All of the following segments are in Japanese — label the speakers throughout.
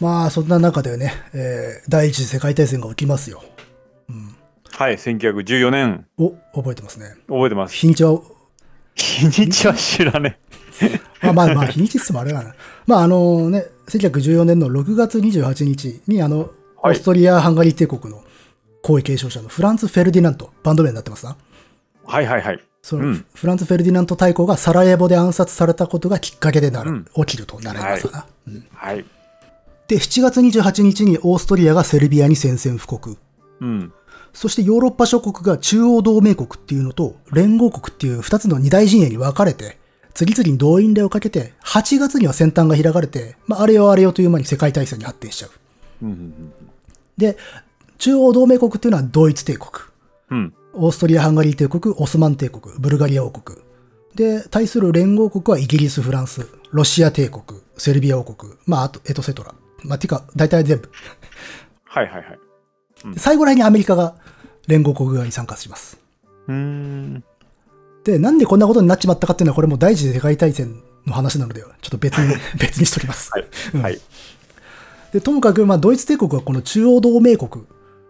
Speaker 1: まあ、そんな中でね、えー第一次世界大戦が起きますよ。うん。
Speaker 2: はい、1914年、
Speaker 1: お、覚えてますね。
Speaker 2: 覚えてます。
Speaker 1: 日にちは、
Speaker 2: 日にちは知らね
Speaker 1: まあまあまあ、日にちっつってもあれだな。 まあ、あのね、1914年の6月28日に、あの、オ
Speaker 2: は
Speaker 1: ー
Speaker 2: い
Speaker 1: ストリア・ハンガリー帝国の皇位継承者のフランツ・フェルディナント、バンド名になってますな。
Speaker 2: え。はいはいはい。
Speaker 1: その
Speaker 2: うん
Speaker 1: フランツ・フェルディナント大公がサラエボで暗殺されたことがきっかけでなる、
Speaker 2: うん
Speaker 1: 起きるとなりますな、うん
Speaker 2: はい。
Speaker 1: で、7月28日にオーストリアがセルビアに宣戦布告。
Speaker 2: うん。
Speaker 1: そしてヨーロッパ諸国が中央同盟国っていうのと連合国っていう2つの二大陣営に分かれて、次々に動員令をかけて、8月には戦端が開かれて、まあ、あれよあれよという間に世界大戦に発展しちゃう。
Speaker 2: うんうん
Speaker 1: で、中央同盟国っていうのはドイツ帝国、
Speaker 2: うん。うん。
Speaker 1: オーストリア・ハンガリー帝国、オスマン帝国、ブルガリア王国。で、対する連合国はイギリス、フランス、ロシア帝国、セルビア王国、まあ、あと、エトセトラ。まあ、ていうか、大体全部。
Speaker 2: はいはいはい。
Speaker 1: 最後らへんにアメリカが連合国側に参加します。
Speaker 2: うーん。
Speaker 1: で、なんでこんなことになっちまったかっていうのは、これもう第一次世界大戦の話なので、ちょっと別に、 別にしときます。
Speaker 2: はい
Speaker 1: うん
Speaker 2: はい。
Speaker 1: で、ともかく、まあ、ドイツ帝国はこの中央同盟国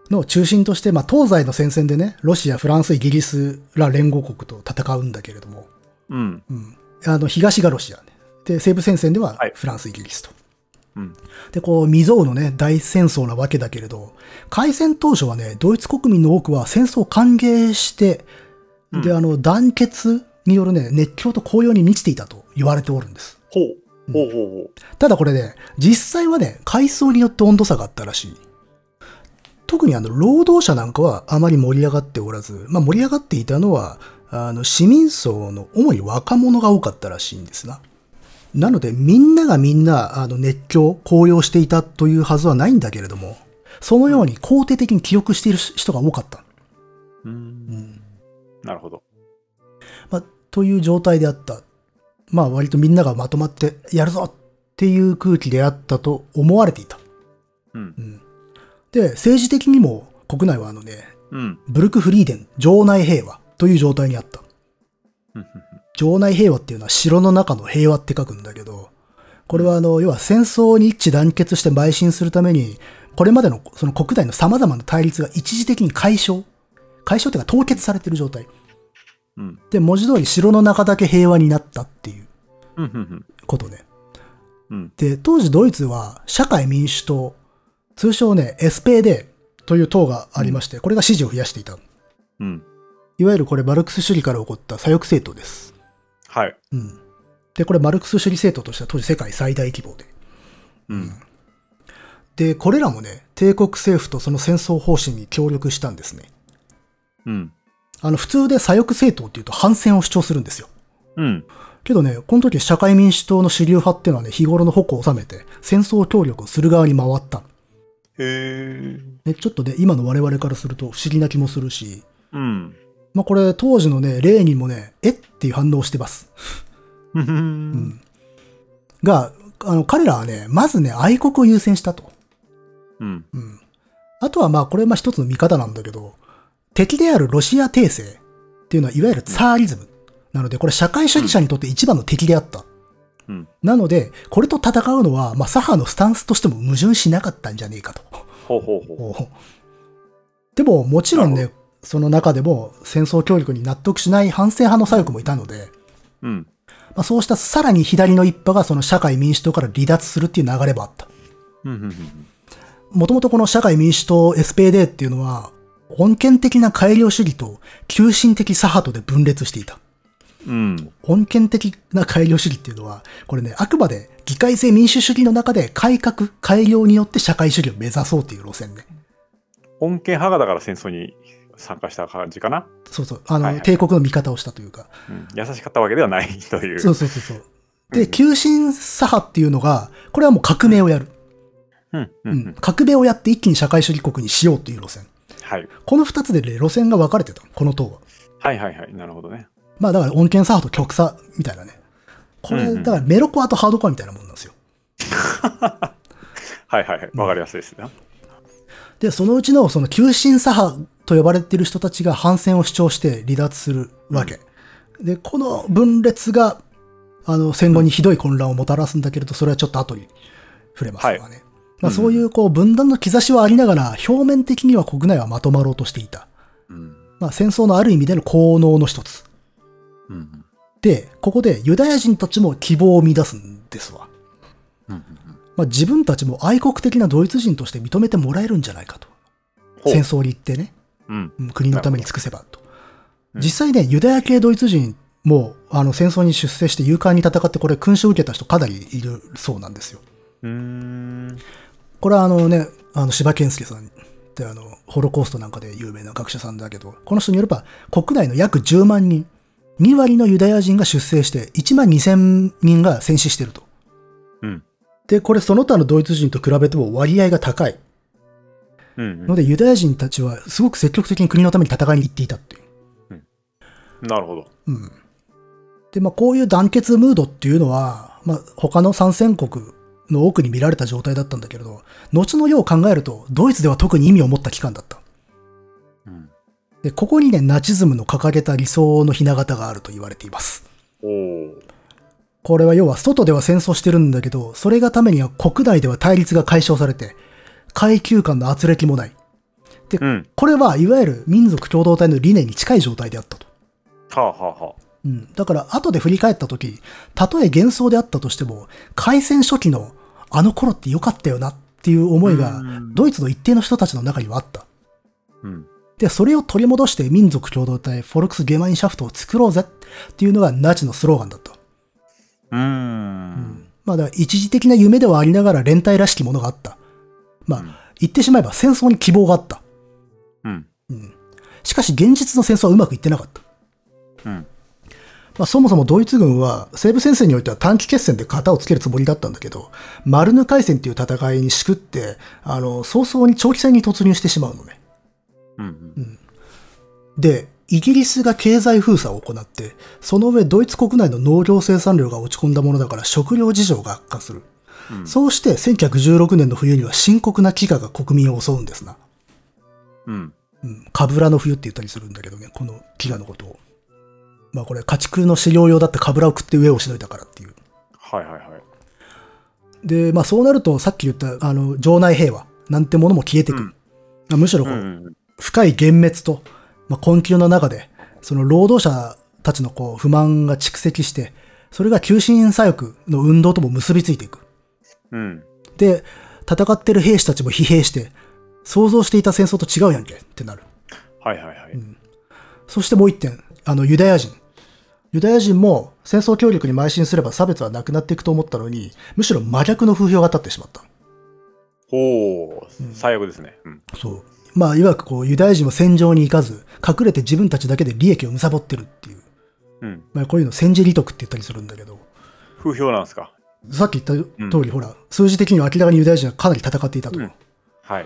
Speaker 1: の中心として、まあ、東西の戦線でね、ロシア、フランス、イギリスら連合国と戦うんだけれども、
Speaker 2: うん。
Speaker 1: うん。あの、東がロシア、ね、で、西部戦線では
Speaker 2: はい
Speaker 1: フランス、イギリスと。
Speaker 2: うん。
Speaker 1: で、こう、未曾有のね、大戦争なわけだけれど、開戦当初はね、ドイツ国民の多くは戦争を歓迎して、
Speaker 2: うん
Speaker 1: で、あの、団結によるね、熱狂と高揚に満ちていたと言われておるんです。
Speaker 2: ほう。ほうほうほう。
Speaker 1: ただこれね、実際はね、階層によって温度差があったらしい。特にあの、労働者なんかはあまり盛り上がっておらず、まあ盛り上がっていたのは、あの、市民層の主に若者が多かったらしいんですな。なので、みんながみんな、あの、熱狂、高揚していたというはずはないんだけれども、そのように肯定的に記憶している人が多かった。
Speaker 2: うー。
Speaker 1: うんん。
Speaker 2: なるほど。
Speaker 1: まあ、という状態であった。まあ、割とみんながまとまってやるぞっていう空気であったと思われていた。
Speaker 2: うん
Speaker 1: う。ん。で、政治的にも国内はあのね、
Speaker 2: うん。
Speaker 1: ブルクフリーデン、城内平和という状態にあった。
Speaker 2: うん
Speaker 1: 城内平和っていうのは城の中の平和って書くんだけど、これはあの、要は戦争に一致団結して邁進するために、これまでのその国内の様々な対立が一時的に解消。解消っていうか凍結されてる状態。
Speaker 2: うん。
Speaker 1: で、文字通り城の中だけ平和になったっていう
Speaker 2: うん。うんうん
Speaker 1: ことね。
Speaker 2: うん。
Speaker 1: で、当時ドイツは社会民主党、通称ね、SPD という党がありまして、これが支持を増やしていた。
Speaker 2: うん。
Speaker 1: いわゆるこれマルクス主義から起こった左翼政党です。
Speaker 2: はい。
Speaker 1: うん。で、これマルクス主義政党としては当時世界最大規模で。
Speaker 2: うん。
Speaker 1: で、これらもね、帝国政府とその戦争方針に協力したんですね。
Speaker 2: うん。
Speaker 1: あの、普通で左翼政党っていうと反戦を主張するんですよ。
Speaker 2: うん。
Speaker 1: けどね、この時社会民主党の主流派っていうのはね、日頃の矛を収めて戦争協力をする側に回った。
Speaker 2: へえ。
Speaker 1: ね、ちょっとね、今の我々からすると不思議な気もするし、
Speaker 2: うん。
Speaker 1: まあこれ当時のね、レーニンもね、えっていう反応をしてます。
Speaker 2: う。
Speaker 1: うんんが、あの、彼らはね、まずね、愛国を優先したと。
Speaker 2: うん。
Speaker 1: うん。あとはまあ、これまあ一つの見方なんだけど、敵であるロシア帝政っていうのは、いわゆるツァーリズム。なので、これ社会主義者にとって一番の敵であった。
Speaker 2: うん。
Speaker 1: なので、これと戦うのは、まあ、左派のスタンスとしても矛盾しなかったんじゃねえかと。
Speaker 2: ほうほうほう。
Speaker 1: おうでも、もちろん
Speaker 2: な
Speaker 1: ね、その中でも戦争教育に納得しない反戦派の左翼もいたので、
Speaker 2: うん。
Speaker 1: まあ、そうしたさらに左の一派がその社会民主党から離脱するっていう流れもあった。
Speaker 2: うん。うん。
Speaker 1: もともとこの社会民主党 SPD っていうのは、本権的な改良主義と急進的左派とで分裂していた。
Speaker 2: うん。
Speaker 1: 本権的な改良主義っていうのは、これね、あくまで議会制民主主義の中で改革、改良によって社会主義を目指そうっていう路線ね。
Speaker 2: 本家派がだから戦争に参加した感じかな。
Speaker 1: そうそう。あの、
Speaker 2: はいはい
Speaker 1: 帝国の味方をしたというか。
Speaker 2: うん、優しかったわけではない という。
Speaker 1: そうそうそうそう。で、急進左派っていうのが、これはもう革命をやる。
Speaker 2: うん。う。
Speaker 1: うん
Speaker 2: うん
Speaker 1: ん。革命をやって一気に社会主義国にしようという路線。
Speaker 2: はい。
Speaker 1: この二つでね路線が分かれてた。この党は。
Speaker 2: はいはいはい。なるほどね。
Speaker 1: まあだから、穏健左派と極左みたいなね。これ、
Speaker 2: うんうん
Speaker 1: だからメロコアとハードコアみたいなもんなんですよ。
Speaker 2: はいはいはい。わかりやすいですね。
Speaker 1: で、そのうちの、その、急進左派と呼ばれている人たちが反戦を主張して離脱するわけ。で、この分裂が、あの、戦後にひどい混乱をもたらすんだけれど、それはちょっと後に触れますがね。まあ、そういうこう分断の兆しはありながら、表面的には国内はまとまろうとしていた。
Speaker 2: うん。
Speaker 1: まあ、戦争のある意味での効能の一つ。
Speaker 2: うん。
Speaker 1: で、ここでユダヤ人たちも希望を見出すんですわ。
Speaker 2: うん。
Speaker 1: まあ、自分たちも愛国的なドイツ人として認めてもらえるんじゃないかと。
Speaker 2: ほう
Speaker 1: 戦争に行ってね、
Speaker 2: うん。
Speaker 1: うん国のために尽くせばと。
Speaker 2: うん
Speaker 1: 実際ね、ユダヤ系ドイツ人もあの戦争に出征して勇敢に戦ってこれ勲章を受けた人かなりいるそうなんですよ。
Speaker 2: うーん。
Speaker 1: これはあのね、あの柴健介さんってあのホロコーストなんかで有名な学者さんだけど、この人によれば国内の約10万人、2割のユダヤ人が出生して1万2000人が戦死してると。
Speaker 2: うん。
Speaker 1: で、これその他のドイツ人と比べても割合が高い
Speaker 2: うん。
Speaker 1: ので、ユダヤ人たちはすごく積極的に国のために戦いに行っていたっていう。
Speaker 2: なるほど。
Speaker 1: うん。で、まあこういう団結ムードっていうのは、まあ他の参戦国の多くに見られた状態だったんだけれど、後の世を考えると、ドイツでは特に意味を持った期間だった。
Speaker 2: うん。
Speaker 1: で、ここにね、ナチズムの掲げた理想の雛形があると言われています。
Speaker 2: おお。
Speaker 1: これは要は外では戦争してるんだけど、それがためには国内では対立が解消されて、階級間の圧力もない。
Speaker 2: うん。
Speaker 1: これはいわゆる民族共同体の理念に近い状態であったと。
Speaker 2: はあ、はあはあ、
Speaker 1: うん、だから後で振り返った時たとえ幻想であったとしても開戦初期のあの頃って良かったよなっていう思いが
Speaker 2: うん
Speaker 1: ドイツの一定の人たちの中にはあった
Speaker 2: うん。
Speaker 1: でそれを取り戻して民族共同体フォルクス・ゲマインシャフトを作ろうぜっていうのがナチのスローガンだった、
Speaker 2: うーん。
Speaker 1: まあだから一時的な夢ではありながら連帯らしきものがあったまあ、
Speaker 2: うん
Speaker 1: 言ってしまえば戦争に希望があった、
Speaker 2: うん。
Speaker 1: うん、しかし現実の戦争はうまくいってなかった
Speaker 2: うん。
Speaker 1: まあ、そもそもドイツ軍は西部戦線においては短期決戦で型をつけるつもりだったんだけど、マルヌ海戦という戦いにしくって、あの、早々に長期戦に突入してしまうのね。
Speaker 2: うん。
Speaker 1: で、イギリスが経済封鎖を行って、その上ドイツ国内の農業生産量が落ち込んだものだから食料事情が悪化する。
Speaker 2: うん。
Speaker 1: そうして1916年の冬には深刻な飢餓が国民を襲うんですな。
Speaker 2: うん。
Speaker 1: うん、カブラの冬って言ったりするんだけどね、この飢餓のことを。まあこれ家畜の飼料用だったカブラを食って飢えをしのいだからっていう。
Speaker 2: はいはいはい。
Speaker 1: で、まあそうなると、さっき言った、あの、城内平和なんてものも消えてくる。
Speaker 2: うん
Speaker 1: まあむしろこ
Speaker 2: う
Speaker 1: う、
Speaker 2: ん。
Speaker 1: 深い幻滅と、まあ、困窮の中で、その労働者たちのこう、不満が蓄積して、それが求心左翼の運動とも結びついていく。
Speaker 2: うん。
Speaker 1: で、戦ってる兵士たちも疲弊して、想像していた戦争と違うやんけってなる。
Speaker 2: はいはいはい。
Speaker 1: そしてもう一点、あの、ユダヤ人。ユダヤ人も戦争協力に邁進すれば差別はなくなっていくと思ったのに、むしろ真逆の風評が立ってしまった。
Speaker 2: おお。最悪ですね。うん。
Speaker 1: そう。まあ、いわくこう、ユダヤ人も戦場に行かず、隠れて自分たちだけで利益を貪ってるっていう。
Speaker 2: うん。
Speaker 1: まあ、こういうの戦時利得って言ったりするんだけど、
Speaker 2: 風評なんですか。
Speaker 1: さっき言った通り、ほら、数字的には明らかにユダヤ人はかなり戦っていたと。
Speaker 2: うんはい。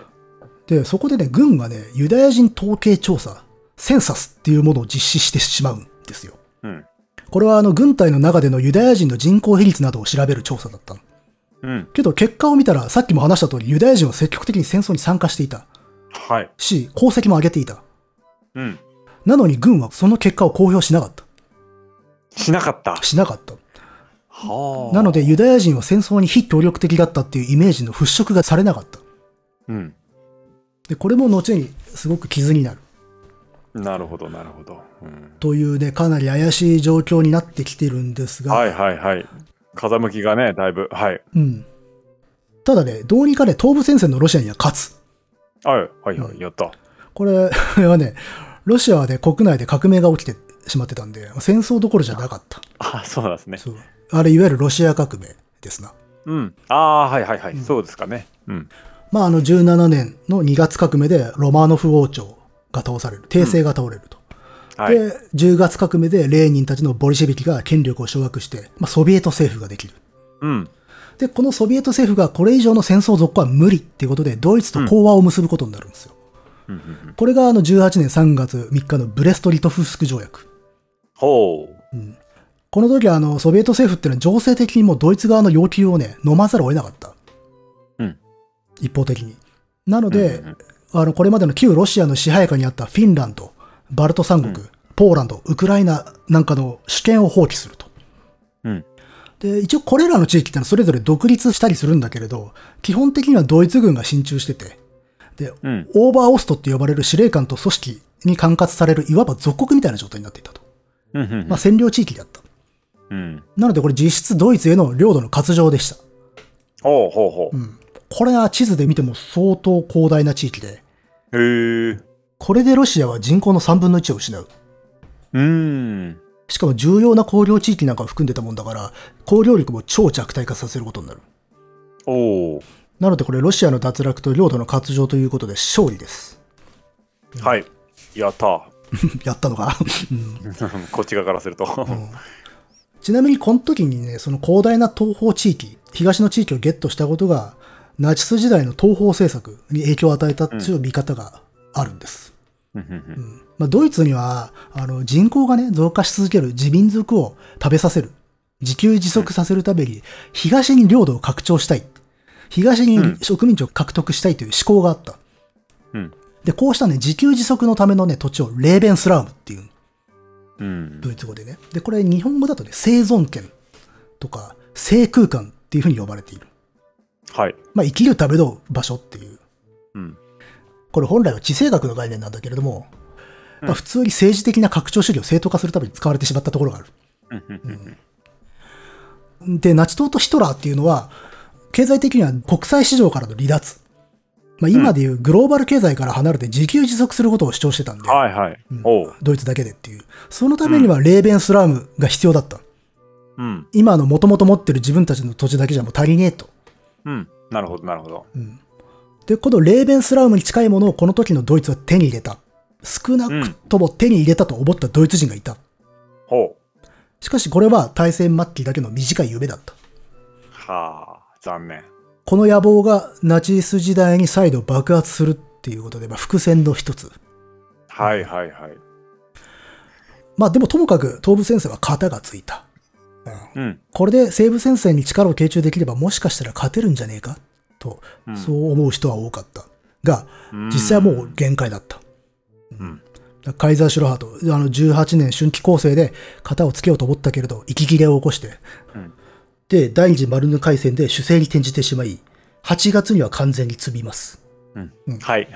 Speaker 1: で、そこでね、軍がね、ユダヤ人統計調査、センサスっていうものを実施してしまうんですよ。
Speaker 2: うん。
Speaker 1: これはあの、軍隊の中でのユダヤ人の人口比率などを調べる調査だったの。
Speaker 2: うん。
Speaker 1: けど、結果を見たら、さっきも話した通り、ユダヤ人は積極的に戦争に参加していた。
Speaker 2: はい。
Speaker 1: し、功績も上げていた。
Speaker 2: うん。
Speaker 1: なのに軍はその結果を公表しなかった。
Speaker 2: しなかった。
Speaker 1: しなかった。
Speaker 2: はあ。
Speaker 1: なので、ユダヤ人は戦争に非協力的だったっていうイメージの払拭がされなかった。
Speaker 2: うん。
Speaker 1: で、これも後にすごく傷になる。
Speaker 2: なるほど、なるほど。うん
Speaker 1: というね、かなり怪しい状況になってきてるんですが、
Speaker 2: はいはいはい。風向きがね、だいぶ。はい。
Speaker 1: うん。ただね、どうにかね、東部戦線のロシアには勝つ。
Speaker 2: はいはいは
Speaker 1: うん
Speaker 2: い。やった。
Speaker 1: これ はね、ロシアはね、国内で革命が起きてしまってたんで、戦争どころじゃなかった。
Speaker 2: あ、そうなんですね。
Speaker 1: そう。あれ、いわゆるロシア革命ですな。
Speaker 2: うん。ああー、はいはいはい。そうですかね。うん。
Speaker 1: まあ、あの、17年の2月革命で、ロマノフ王朝が倒される。帝政が倒れると。
Speaker 2: はい。
Speaker 1: で、10月革命でレーニンたちのボリシェビキが権力を掌握して、まあ、ソビエト政府ができる。
Speaker 2: うん。
Speaker 1: で、このソビエト政府がこれ以上の戦争続行は無理っていうことで、ドイツと講和を結ぶことになるんですよ。
Speaker 2: うんうんうん
Speaker 1: これがあの18年3月3日のブレストリトフスク条約。
Speaker 2: ほう。
Speaker 1: この時はあのソビエト政府っていうのは情勢的にもうドイツ側の要求をね、飲まざるを得なかった。
Speaker 2: うん
Speaker 1: 一方的に。なので、
Speaker 2: うんうんうん
Speaker 1: あの、これまでの旧ロシアの支配下にあったフィンランド、バルト三国、ポーランド、ウクライナなんかの主権を放棄すると。
Speaker 2: うん。
Speaker 1: で、一応これらの地域ってのはそれぞれ独立したりするんだけれど、基本的にはドイツ軍が進駐してて、で、
Speaker 2: うん。
Speaker 1: オーバーオストって呼ばれる司令官と組織に管轄される、いわば属国みたいな状態になっていたと。
Speaker 2: うんうんうん
Speaker 1: まあ、占領地域だった。
Speaker 2: うん。
Speaker 1: なのでこれ実質ドイツへの領土の割譲でした。
Speaker 2: ほうほうほ
Speaker 1: うん。これは地図で見ても相当広大な地域で、
Speaker 2: う。へえ。
Speaker 1: これでロシアは人口の3分の1を失う。
Speaker 2: うーん。
Speaker 1: しかも重要な工業地域なんかを含んでたもんだから、工業力も超弱体化させることになる。
Speaker 2: おお。
Speaker 1: なのでこれロシアの脱落と領土の割譲ということで勝利です。
Speaker 2: はい。やった ー。
Speaker 1: やったのか、うん
Speaker 2: こっち側からすると。
Speaker 1: うんちなみにこの時にね、その広大な東方地域、東の地域をゲットしたことが、ナチス時代の東方政策に影響を与えたという見方があるんです。
Speaker 2: うんうんうん
Speaker 1: うんまあ、ドイツにはあの人口がね、増加し続ける自民族を食べさせる。自給自足させるために、東に領土を拡張したい。東に
Speaker 2: うん
Speaker 1: 植民地を獲得したいという思考があった。
Speaker 2: うん
Speaker 1: で、こうしたね、自給自足のためのね、土地をレーベンスラウムっていう
Speaker 2: うん。
Speaker 1: ドイツ語でね。で、これ日本語だとね、生存権とか、生空間っていうふうに呼ばれている。
Speaker 2: はい。
Speaker 1: まあ、生きるための場所っていう。
Speaker 2: うん。
Speaker 1: これ本来は地政学の概念なんだけれども、
Speaker 2: うん
Speaker 1: まあ、普通に政治的な拡張主義を正当化するために使われてしまったところがある。
Speaker 2: うんうんうん
Speaker 1: で、ナチ党とヒトラーっていうのは、経済的には国際市場からの離脱。まあ、今でいうグローバル経済から離れて自給自足することを主張してたんで、
Speaker 2: はいはい。
Speaker 1: うん
Speaker 2: おう。
Speaker 1: ドイツだけでっていう。そのためにはレーベンスラームが必要だった。
Speaker 2: うん。
Speaker 1: 今の元々持ってる自分たちの土地だけじゃもう足りねえと。
Speaker 2: うん。なるほど、なるほど。
Speaker 1: うんで、このレーベンスラウムに近いものをこの時のドイツは手に入れた。少なくとも手に入れたと思ったドイツ人がいた。
Speaker 2: ほう。
Speaker 1: しかしこれは大戦末期だけの短い夢だった。
Speaker 2: はあ、残念。
Speaker 1: この野望がナチス時代に再度爆発するっていうことで、まあ、伏線の一つ。
Speaker 2: はいはいはい。
Speaker 1: まあでもともかく東部戦線は型がついた。
Speaker 2: うん。
Speaker 1: これで西部戦線に力を傾注できればもしかしたら勝てるんじゃねえかと、
Speaker 2: うん
Speaker 1: そう思う人は多かった。が、
Speaker 2: うん
Speaker 1: 実際はもう限界だった。
Speaker 2: うん。
Speaker 1: カイザー・シュロハート、あの18年春季構成で型をつけようと思ったけれど、息切れを起こして、
Speaker 2: うん
Speaker 1: で、第二次マルヌ海戦で主勢に転じてしまい、8月には完全に積みます。
Speaker 2: うん。はい。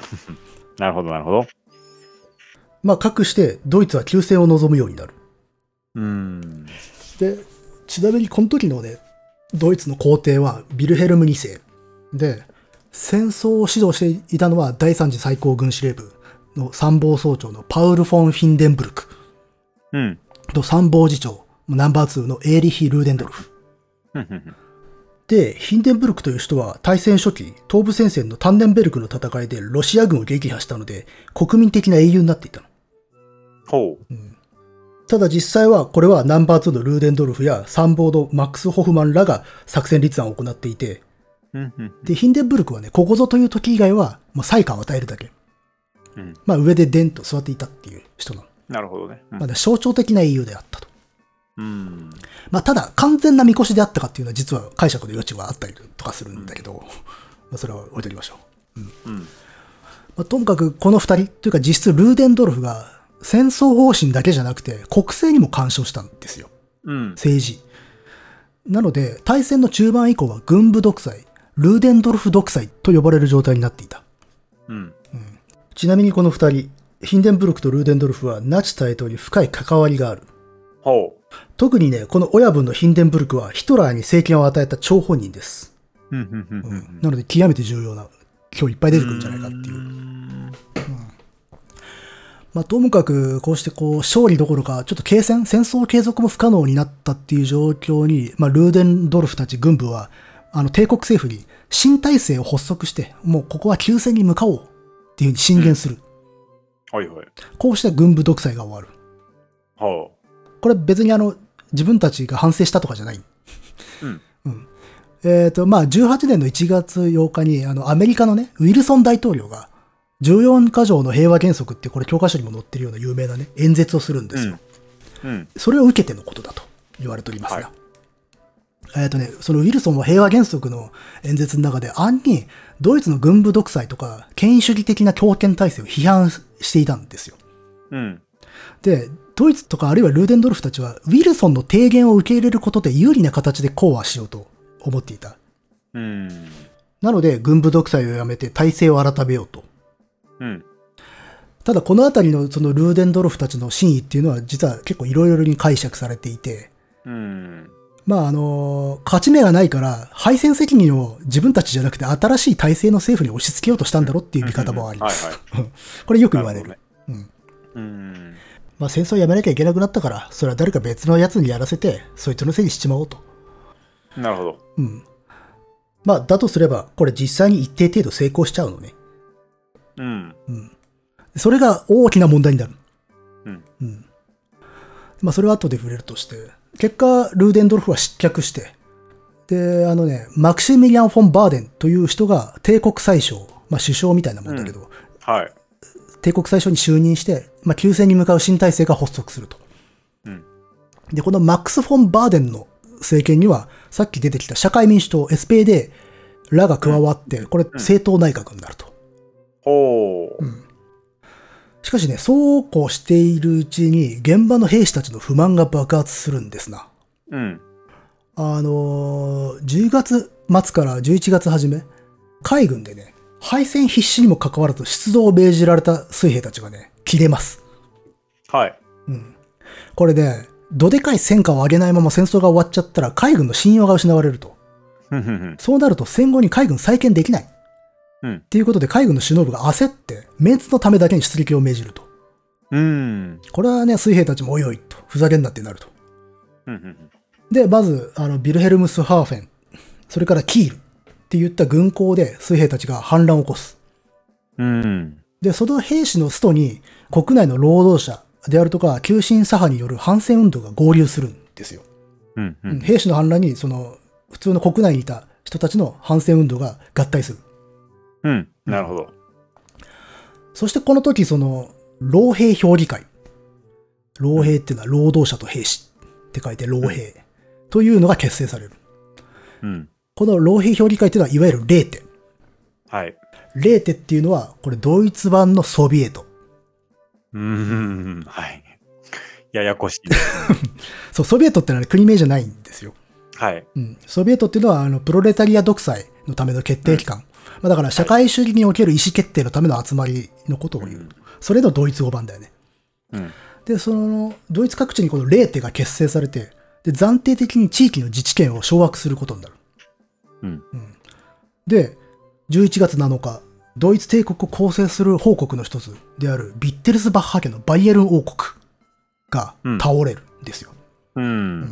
Speaker 2: なるほど、なるほど。
Speaker 1: まあ、かくして、ドイツは休戦を望むようになる。
Speaker 2: うん。
Speaker 1: で、ちなみにこの時のね、ドイツの皇帝はビルヘルム2世。で、戦争を指導していたのは第三次最高軍司令部の参謀総長のパウル・フォン・フィンデンブルク
Speaker 2: うん。
Speaker 1: と参謀次長、ナンバー2のエーリヒ・ルーデンドルフ。
Speaker 2: うんうん
Speaker 1: で、ヒンデンブルクという人は大戦初期、東部戦線のタンデンベルクの戦いでロシア軍を撃破したので、国民的な英雄になっていたの。
Speaker 2: ほう。
Speaker 1: ただ実際は、これはナンバー2のルーデンドルフや参謀のマックス・ホフマンらが作戦立案を行っていて、
Speaker 2: うんうん
Speaker 1: で、ヒンデンブルクはね、ここぞという時以外は、まあ、裁可を与えるだけ。
Speaker 2: うん。
Speaker 1: まあ、上でデンと座っていたっていう人なの。
Speaker 2: なるほどね。うん
Speaker 1: まあね、象徴的な英雄であったと。
Speaker 2: うん。
Speaker 1: まあ、ただ、完全な見越しであったかっていうのは、実は解釈の余地はあったりとかするんだけど、まあ、それは置いときましょう。
Speaker 2: うん。
Speaker 1: まあともかくこの二人というか実質ルーデンドルフが戦争方針だけじゃなくて国政にも干渉したんですよ
Speaker 2: うん。
Speaker 1: 政治なので大戦の中盤以降は軍部独裁ルーデンドルフ独裁と呼ばれる状態になっていた
Speaker 2: うん。
Speaker 1: ちなみにこの二人ヒンデンブルクとルーデンドルフはナチ大統領に深い関わりがある
Speaker 2: ほ
Speaker 1: 特にねこの親分のヒンデンブルクはヒトラーに政権を与えた張本人です、
Speaker 2: う。うん。うん。うん。
Speaker 1: なので極めて重要な今日いっぱい出てくるんじゃないかっていうまあ、ともかく、こうしてこう、勝利どころか、ちょっと継戦、戦争継続も不可能になったっていう状況に、まあ、ルーデンドルフたち軍部は、あの、帝国政府に新体制を発足して、もうここは休戦に向かおうっていうふうに進言する。
Speaker 2: はいはい。
Speaker 1: こうして軍部独裁が終わる。
Speaker 2: ほ
Speaker 1: これ別にあの、自分たちが反省したとかじゃない。
Speaker 2: う。うん。
Speaker 1: えっ、と、まあ、18年の1月8日に、あの、アメリカのね、ウィルソン大統領が、14か条の平和原則って、これ教科書にも載ってるような有名なね、演説をするんですよ。
Speaker 2: うん。
Speaker 1: それを受けてのことだと言われておりますが、
Speaker 2: は
Speaker 1: えっ、とね、そのウィルソンは平和原則の演説の中で、暗にドイツの軍部独裁とか、権威主義的な強権体制を批判していたんですよ。
Speaker 2: うん。
Speaker 1: で、ドイツとかあるいはルーデンドルフたちは、ウィルソンの提言を受け入れることで有利な形で講和しようと思っていた。
Speaker 2: うん。
Speaker 1: なので、軍部独裁をやめて体制を改めようと。
Speaker 2: うん。
Speaker 1: ただ、このあたりのそのルーデンドルフたちの真意っていうのは、実は結構いろいろに解釈されていて、
Speaker 2: うん。
Speaker 1: まああの、勝ち目がないから、敗戦責任を自分たちじゃなくて新しい体制の政府に押し付けようとしたんだろっていう見方もあります。 これよく言われる。
Speaker 2: な
Speaker 1: うん
Speaker 2: ほどね。うん。
Speaker 1: まあ戦争やめなきゃいけなくなったから、それは誰か別のやつにやらせて、そいつのせいにしちまおうと。
Speaker 2: なるほど。
Speaker 1: うん。まあだとすれば、これ実際に一定程度成功しちゃうのね。
Speaker 2: うん。
Speaker 1: うん。それが大きな問題になる。
Speaker 2: うん。
Speaker 1: うん。まあ、それは後で触れるとして、結果、ルーデンドルフは失脚して、で、あのね、マクシミリアン・フォン・バーデンという人が帝国最小、まあ、首相みたいなもんだけど、
Speaker 2: はい。
Speaker 1: 帝国最小に就任して、まあ、休戦に向かう新体制が発足すると。
Speaker 2: うん。
Speaker 1: で、このマックス・フォン・バーデンの政権には、さっき出てきた社会民主党 SPD らが加わって、これ政党内閣になると。
Speaker 2: ほう。
Speaker 1: しかしね、そうこうしているうちに、現場の兵士たちの不満が爆発するんですな。
Speaker 2: うん。
Speaker 1: あのー10月末から11月初め、海軍でね、敗戦必至にもかかわらず出動を命じられた水兵たちがね、切れます。
Speaker 2: はい。
Speaker 1: うん。これね、どでかい戦果を上げないまま戦争が終わっちゃったら海軍の信用が失われると。
Speaker 2: ふんふんふん
Speaker 1: そうなると戦後に海軍再建できない。っ
Speaker 2: うん。
Speaker 1: ていうことで海軍の首脳部が焦って、メンツのためだけに出撃を命じると。
Speaker 2: うん。
Speaker 1: これはね、水兵たちもおいおいと、ふざけんなってなると。
Speaker 2: ふんふん
Speaker 1: で、まず、あの、ビルヘルムス・ハーフェン、それからキールって言った軍港で水兵たちが反乱を起こす。
Speaker 2: ふんうん。
Speaker 1: で、その兵士のストに国内の労働者であるとか、急進左派による反戦運動が合流するんですよ。
Speaker 2: うん。う
Speaker 1: うん
Speaker 2: ん。
Speaker 1: 兵士の反乱に、その、普通の国内にいた人たちの反戦運動が合体する。
Speaker 2: うん。なるほど。
Speaker 1: そしてこの時、その、老兵評議会。老兵っていうのは労働者と兵士って書いて老兵というのが結成される。
Speaker 2: うん。
Speaker 1: この老兵評議会っていうのは、いわゆる0点。
Speaker 2: はい。
Speaker 1: レーテっていうのは、これドイツ版のソビエト。
Speaker 2: うん。はい。ややこしい。
Speaker 1: そう、ソビエトってのはね国名じゃないんですよ。
Speaker 2: はい。
Speaker 1: うん。ソビエトっていうのは、あの、プロレタリア独裁のための決定機関。まあだから、社会主義における意思決定のための集まりのことを言う。それのドイツ語版だよね。
Speaker 2: うん。
Speaker 1: で、その、ドイツ各地にこのレーテが結成されて、で、暫定的に地域の自治権を掌握することになる。
Speaker 2: うん。
Speaker 1: で、11月7日、ドイツ帝国を構成する報国の一つであるビッテルスバッハ家のバイエルン王国が倒れるんですよ。
Speaker 2: うん。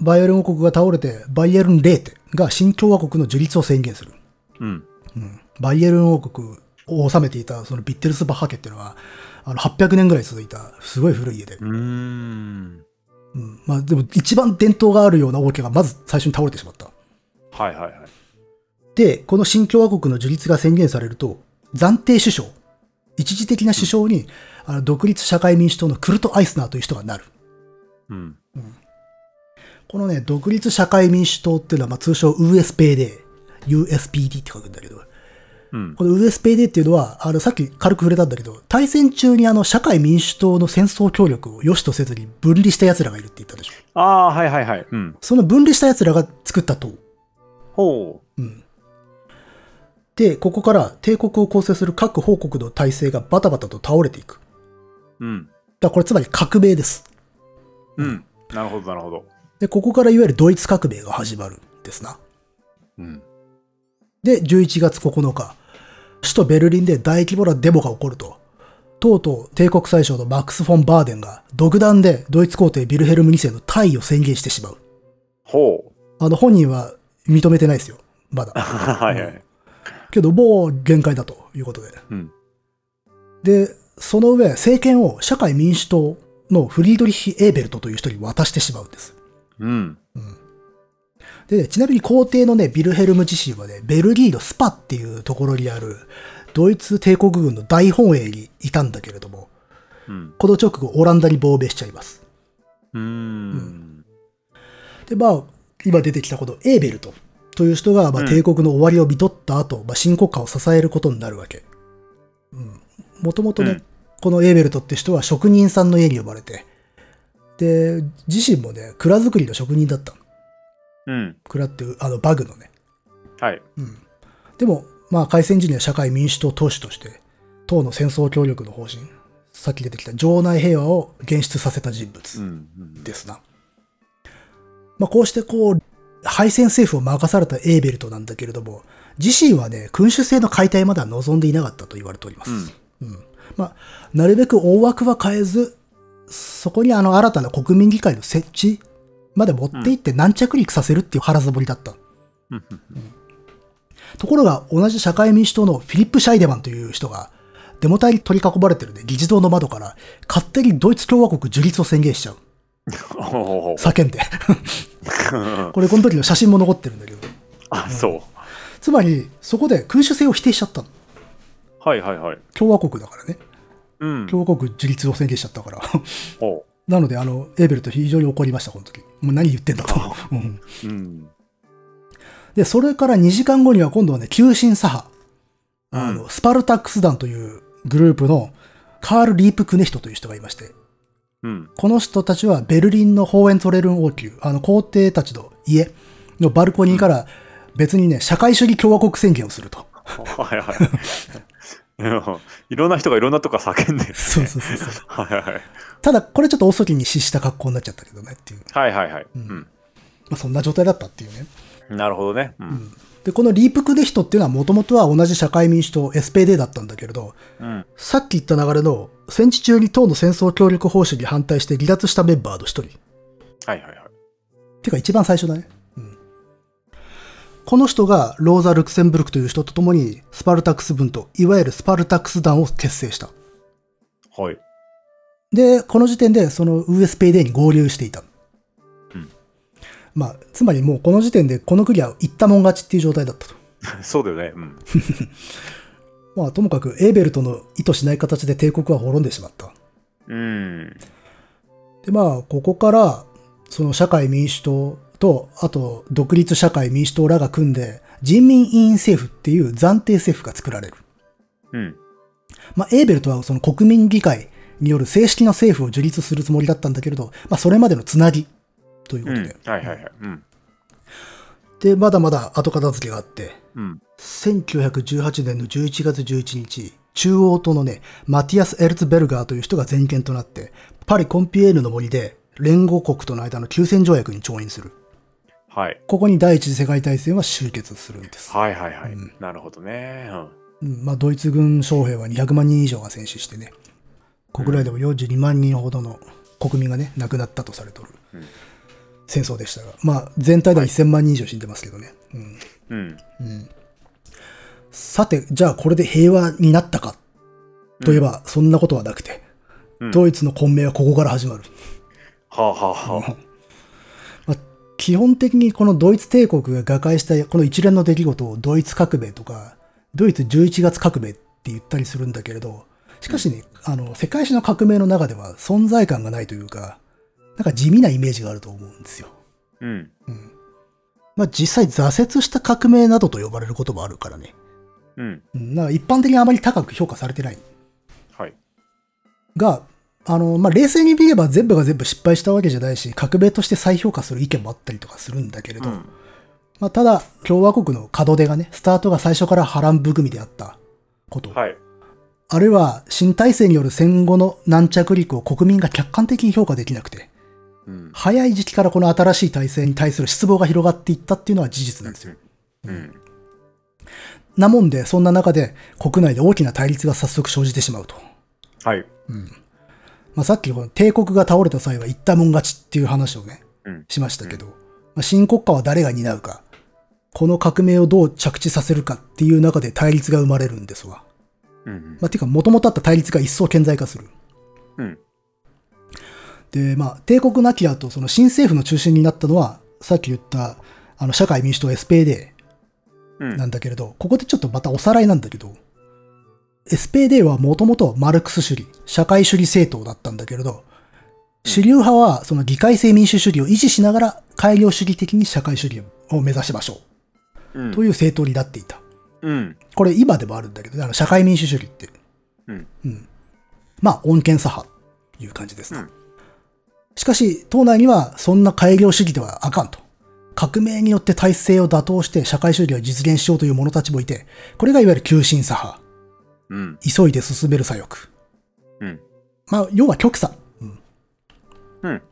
Speaker 1: バイエルン王国が倒れて、バイエルンレーテが新共和国の樹立を宣言する。
Speaker 2: うん。
Speaker 1: うんバイエルン王国を治めていた、そのビッテルスバッハ家っていうのは、あの、800年ぐらい続いた、すごい古い家で。
Speaker 2: うん。
Speaker 1: うんまあ、でも、一番伝統があるような王家が、まず最初に倒れてしまった。
Speaker 2: はいはいはい。
Speaker 1: で、この新共和国の樹立が宣言されると、暫定首相、一時的な首相に、あの独立社会民主党のクルト・アイスナーという人がなる。
Speaker 2: うん。
Speaker 1: このね、独立社会民主党っていうのは、まあ、通称 USPD、USPD って書くんだけど、
Speaker 2: うん。
Speaker 1: この USPD っていうのは、あの、さっき軽く触れたんだけど、対戦中にあの、社会民主党の戦争協力を良しとせずに分離した奴らがいるって言ったでしょ。
Speaker 2: ああ、はいはいはい。うん。
Speaker 1: その分離した奴らが作った党。
Speaker 2: ほ
Speaker 1: うん。で、ここから帝国を構成する各報国の体制がバタバタと倒れていく。
Speaker 2: う。うん。
Speaker 1: だからこれつまり革命です。
Speaker 2: うん。なるほどなるほど。
Speaker 1: で、ここからいわゆるドイツ革命が始まるんですな。
Speaker 2: うん。
Speaker 1: で、11月9日、首都ベルリンで大規模なデモが起こると、とうとう帝国最小のマックス・フォン・バーデンが独断でドイツ皇帝ビルヘルム2世の退位を宣言してしまう。
Speaker 2: ほう。
Speaker 1: あの、本人は認めてないですよ。まだ。
Speaker 2: はいはい。
Speaker 1: けど、もう限界だということで。
Speaker 2: うん。
Speaker 1: で、その上、政権を社会民主党のフリードリッヒ・エーベルトという人に渡してしまうんです。
Speaker 2: うん。
Speaker 1: でね、ちなみに皇帝のね、ビルヘルム自身はね、ベルギーのスパっていうところにある、ドイツ帝国軍の大本営にいたんだけれども、
Speaker 2: うん。
Speaker 1: この直後、オランダに亡命しちゃいます。
Speaker 2: うん。
Speaker 1: で、まあ、今出てきたこのエーベルトという人が、まあ、
Speaker 2: うん
Speaker 1: 帝国の終わりを見取った後、まあ、新国家を支えることになるわけ。うん。もともとね、
Speaker 2: うん
Speaker 1: このエーベルトって人は職人さんの家に呼ばれて、で、自身もね、蔵造りの職人だったの。
Speaker 2: うん。
Speaker 1: 蔵っていう、あの、バグのね。
Speaker 2: はい。
Speaker 1: うん。でも、まあ、開戦時には社会民主党党首として、党の戦争協力の方針、さっき出てきた城内平和を現出させた人
Speaker 2: う
Speaker 1: 物
Speaker 2: ん。うん
Speaker 1: ですな。まあ、こうしてこう、敗戦政府を任されたエーベルトなんだけれども、自身はね、君主制の解体までは望んでいなかったと言われております。
Speaker 2: うん
Speaker 1: うんまあ、なるべく大枠は変えず、そこにあの新たな国民議会の設置まで持っていって軟着陸させるっていう腹積もりだった。
Speaker 2: うん
Speaker 1: ところが、同じ社会民主党のフィリップ・シャイデマンという人が、デモ隊に取り囲まれてるね、議事堂の窓から、勝手にドイツ共和国樹立を宣言しちゃう。
Speaker 2: おー
Speaker 1: 叫んで。これ、この時の写真も残ってるんだけど。
Speaker 2: あ、そう。
Speaker 1: つまり、そこで君主制を否定しちゃったの。
Speaker 2: はいはいはい。
Speaker 1: 共和国だからね。
Speaker 2: うん。
Speaker 1: 共和国樹立を宣言しちゃったから。
Speaker 2: おう
Speaker 1: なので、あの、エーベルト非常に怒りました、この時。もう何言ってんだと。 うん
Speaker 2: うん。
Speaker 1: で、それから2時間後には今度はね、急進左派。
Speaker 2: うん
Speaker 1: あの、スパルタックス団というグループのカール・リープ・クネヒトという人がいまして、
Speaker 2: うん。
Speaker 1: この人たちはベルリンのホーエンツォレルン王宮、あの、皇帝たちの家のバルコニーから別にね、社会主義共和国宣言をすると。
Speaker 2: はいはい。うんい ろんな人がいろんなとこから叫んでる、ね。
Speaker 1: そうそうそうそう。
Speaker 2: はいはい
Speaker 1: ただ、これちょっと遅きに失した格好になっちゃったけどねっていう。
Speaker 2: はい。はいはいはい。
Speaker 1: う
Speaker 2: うんん。
Speaker 1: まあ、そんな状態だったっていうね。
Speaker 2: なるほどね。うん。
Speaker 1: で、このリープ・クネヒトっていうのはもともとは同じ社会民主党 SPD だったんだけれど、
Speaker 2: うん。
Speaker 1: さっき言った流れの戦時中に党の戦争協力方針に反対して離脱したメンバーの一人。
Speaker 2: はいはいはい。
Speaker 1: てか一番最初だね。うん。この人がローザ・ルクセンブルクという人と共にスパルタクス分といわゆるスパルタクス団を結成した。
Speaker 2: はい。
Speaker 1: で、この時点でその USPD に合流していた。
Speaker 2: うん。
Speaker 1: まあ、つまりもうこの時点でこの国は行ったもん勝ちっていう状態だったと。
Speaker 2: そうだよね。うん。
Speaker 1: まあ、ともかくエーベルトの意図しない形で帝国は滅んでしまった。
Speaker 2: うん。
Speaker 1: でまあここからその社会民主党とあと独立社会民主党らが組んで人民委員政府っていう暫定政府が作られる、
Speaker 2: うん。
Speaker 1: まあ、エーベルトはその国民議会による正式な政府を樹立するつもりだったんだけれど、まあ、それまでのつなぎというこ
Speaker 2: う
Speaker 1: と
Speaker 2: ん。
Speaker 1: で、
Speaker 2: はいはいはい。うん。
Speaker 1: でまだまだ後片付けがあって
Speaker 2: うん。
Speaker 1: 1918年の11月11日中央党のねマティアス・エルツベルガーという人が全権となってパリ・コンピエールの森で連合国との間の休戦条約に調印する
Speaker 2: はい。
Speaker 1: ここに第一次世界大戦は終結するんです。
Speaker 2: はいはいはい。
Speaker 1: うん
Speaker 2: なるほどね。うん。
Speaker 1: うんまあ、ドイツ軍将兵は200万人以上が戦死してね、国内でも42万人ほどの国民がね、亡くなったとされておる
Speaker 2: うん
Speaker 1: 戦争でしたが、まあ、全体では1000万人以上死んでますけどね。うん
Speaker 2: うん。
Speaker 1: うんさて、じゃあこれで平和になったかといえば、そんなことはなくて、
Speaker 2: うん
Speaker 1: ドイツの混迷はここから始まる。
Speaker 2: はあはあはあ。
Speaker 1: まあ、基本的にこのドイツ帝国が瓦解したこの一連の出来事をドイツ革命とかドイツ11月革命って言ったりするんだけれどしかしね、あの世界史の革命の中では存在感がないというかなんか地味なイメージがあると思うんですよ、
Speaker 2: うん。
Speaker 1: うんまあ、実際挫折した革命などと呼ばれることもあるからね
Speaker 2: うん。
Speaker 1: うんなんか一般的にあまり高く評価されてない
Speaker 2: はい。
Speaker 1: があの、まあ、冷静に見れば全部が全部失敗したわけじゃないし革命として再評価する意見もあったりとかするんだけれ
Speaker 2: う
Speaker 1: ど、
Speaker 2: ん。
Speaker 1: まあ、ただ、共和国の門出がね、スタートが最初から波乱含みであったこと。
Speaker 2: はい。
Speaker 1: あるいは、新体制による戦後の軟着陸を国民が客観的に評価できなくて、
Speaker 2: うん。
Speaker 1: 早い時期からこの新しい体制に対する失望が広がっていったっていうのは事実なんですよ。
Speaker 2: うん。
Speaker 1: なもんで、そんな中で国内で大きな対立が早速生じてしまうと。
Speaker 2: はい。
Speaker 1: まあ、さっきこの帝国が倒れた際は言ったもん勝ちっていう話をね、
Speaker 2: うん。
Speaker 1: しましたけど、まあ、新国家は誰が担うか、この革命をどう着地させるかっていう中で対立が生まれるんですわ。
Speaker 2: うん。
Speaker 1: まあ、ていうか、もともとあった対立が一層顕在化する。
Speaker 2: うん。
Speaker 1: で、まあ、帝国なきだと、その新政府の中心になったのは、さっき言った、あの、社会民主党 SPD
Speaker 2: うん。
Speaker 1: なんだけれど、ここでちょっとまたおさらいなんだけど、SPD はもともとマルクス主義、社会主義政党だったんだけれど、主流派はその議会制民主主義を維持しながら改良主義的に社会主義を目指しましょ
Speaker 2: う
Speaker 1: うんという政党になっていた。
Speaker 2: うん。
Speaker 1: これ今でもあるんだけどね、あの社会民主主義って。
Speaker 2: うん。
Speaker 1: うん。まあ、穏健左派という感じですな、
Speaker 2: うん
Speaker 1: しかし、党内にはそんな改良主義ではあかんと。革命によって体制を打倒して社会主義を実現しようという者たちもいて、これがいわゆる急進左派、
Speaker 2: うん。
Speaker 1: 急いで進める左翼。
Speaker 2: うん。
Speaker 1: まあ、要は極左。うん
Speaker 2: うん。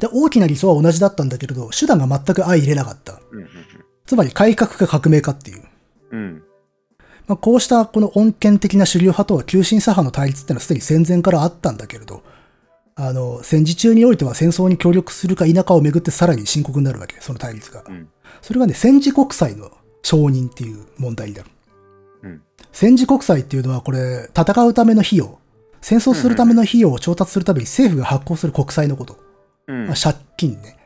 Speaker 1: で、大きな理想は同じだったんだけれど、手段が全く相入れなかった。
Speaker 2: うん。
Speaker 1: つまり改革か革命かっていう。
Speaker 2: うん。
Speaker 1: まあ、こうしたこの穏健的な主流派とは急進左派の対立っていうのはすでに戦前からあったんだけれど、あの、戦時中においては戦争に協力するか否かをめぐってさらに深刻になるわけ、その対立が
Speaker 2: う。ん。
Speaker 1: それがね、戦時国債の承認っていう問題になる。
Speaker 2: うん。
Speaker 1: 戦時国債っていうのはこれ、戦うための費用、戦争するための費用を調達するために政府が発行する国債のこと。
Speaker 2: うん
Speaker 1: まあ、借金ね。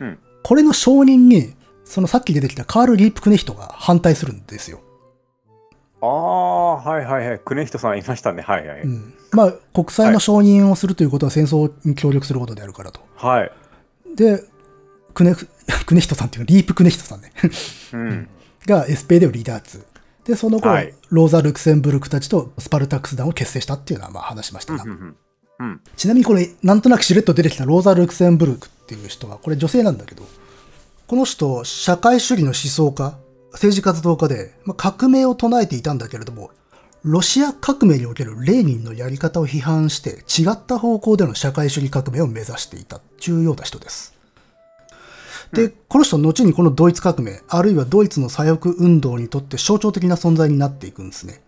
Speaker 2: うん
Speaker 1: これの承認に、そのさっき出てきたカール・リープ・クネヒトが反対するんですよ。
Speaker 2: ああ、はいはいはい。クネヒトさんいましたね。はいはい。
Speaker 1: うん、まあ国債の承認をするということは戦争に協力することであるからと。
Speaker 2: はい。
Speaker 1: で、クネクネヒトさんっていうのリープ・クネヒトさんね、
Speaker 2: うん。
Speaker 1: が SPD を離脱。で、その後、
Speaker 2: はい
Speaker 1: ローザ・ルクセンブルクたちとスパルタックス団を結成したっていうのはまあ話しました
Speaker 2: うん
Speaker 1: が、
Speaker 2: うんうん。
Speaker 1: ちなみにこれ、なんとなくしれっと出てきたローザ・ルクセンブルクっていう人は、これ女性なんだけど、この人、社会主義の思想家、政治活動家で、まあ、革命を唱えていたんだけれども、ロシア革命におけるレーニンのやり方を批判して、違った方向での社会主義革命を目指していた、重要な人です。で、この人、後にこのドイツ革命、あるいはドイツの左翼運動にとって象徴的な存在になっていくんですね。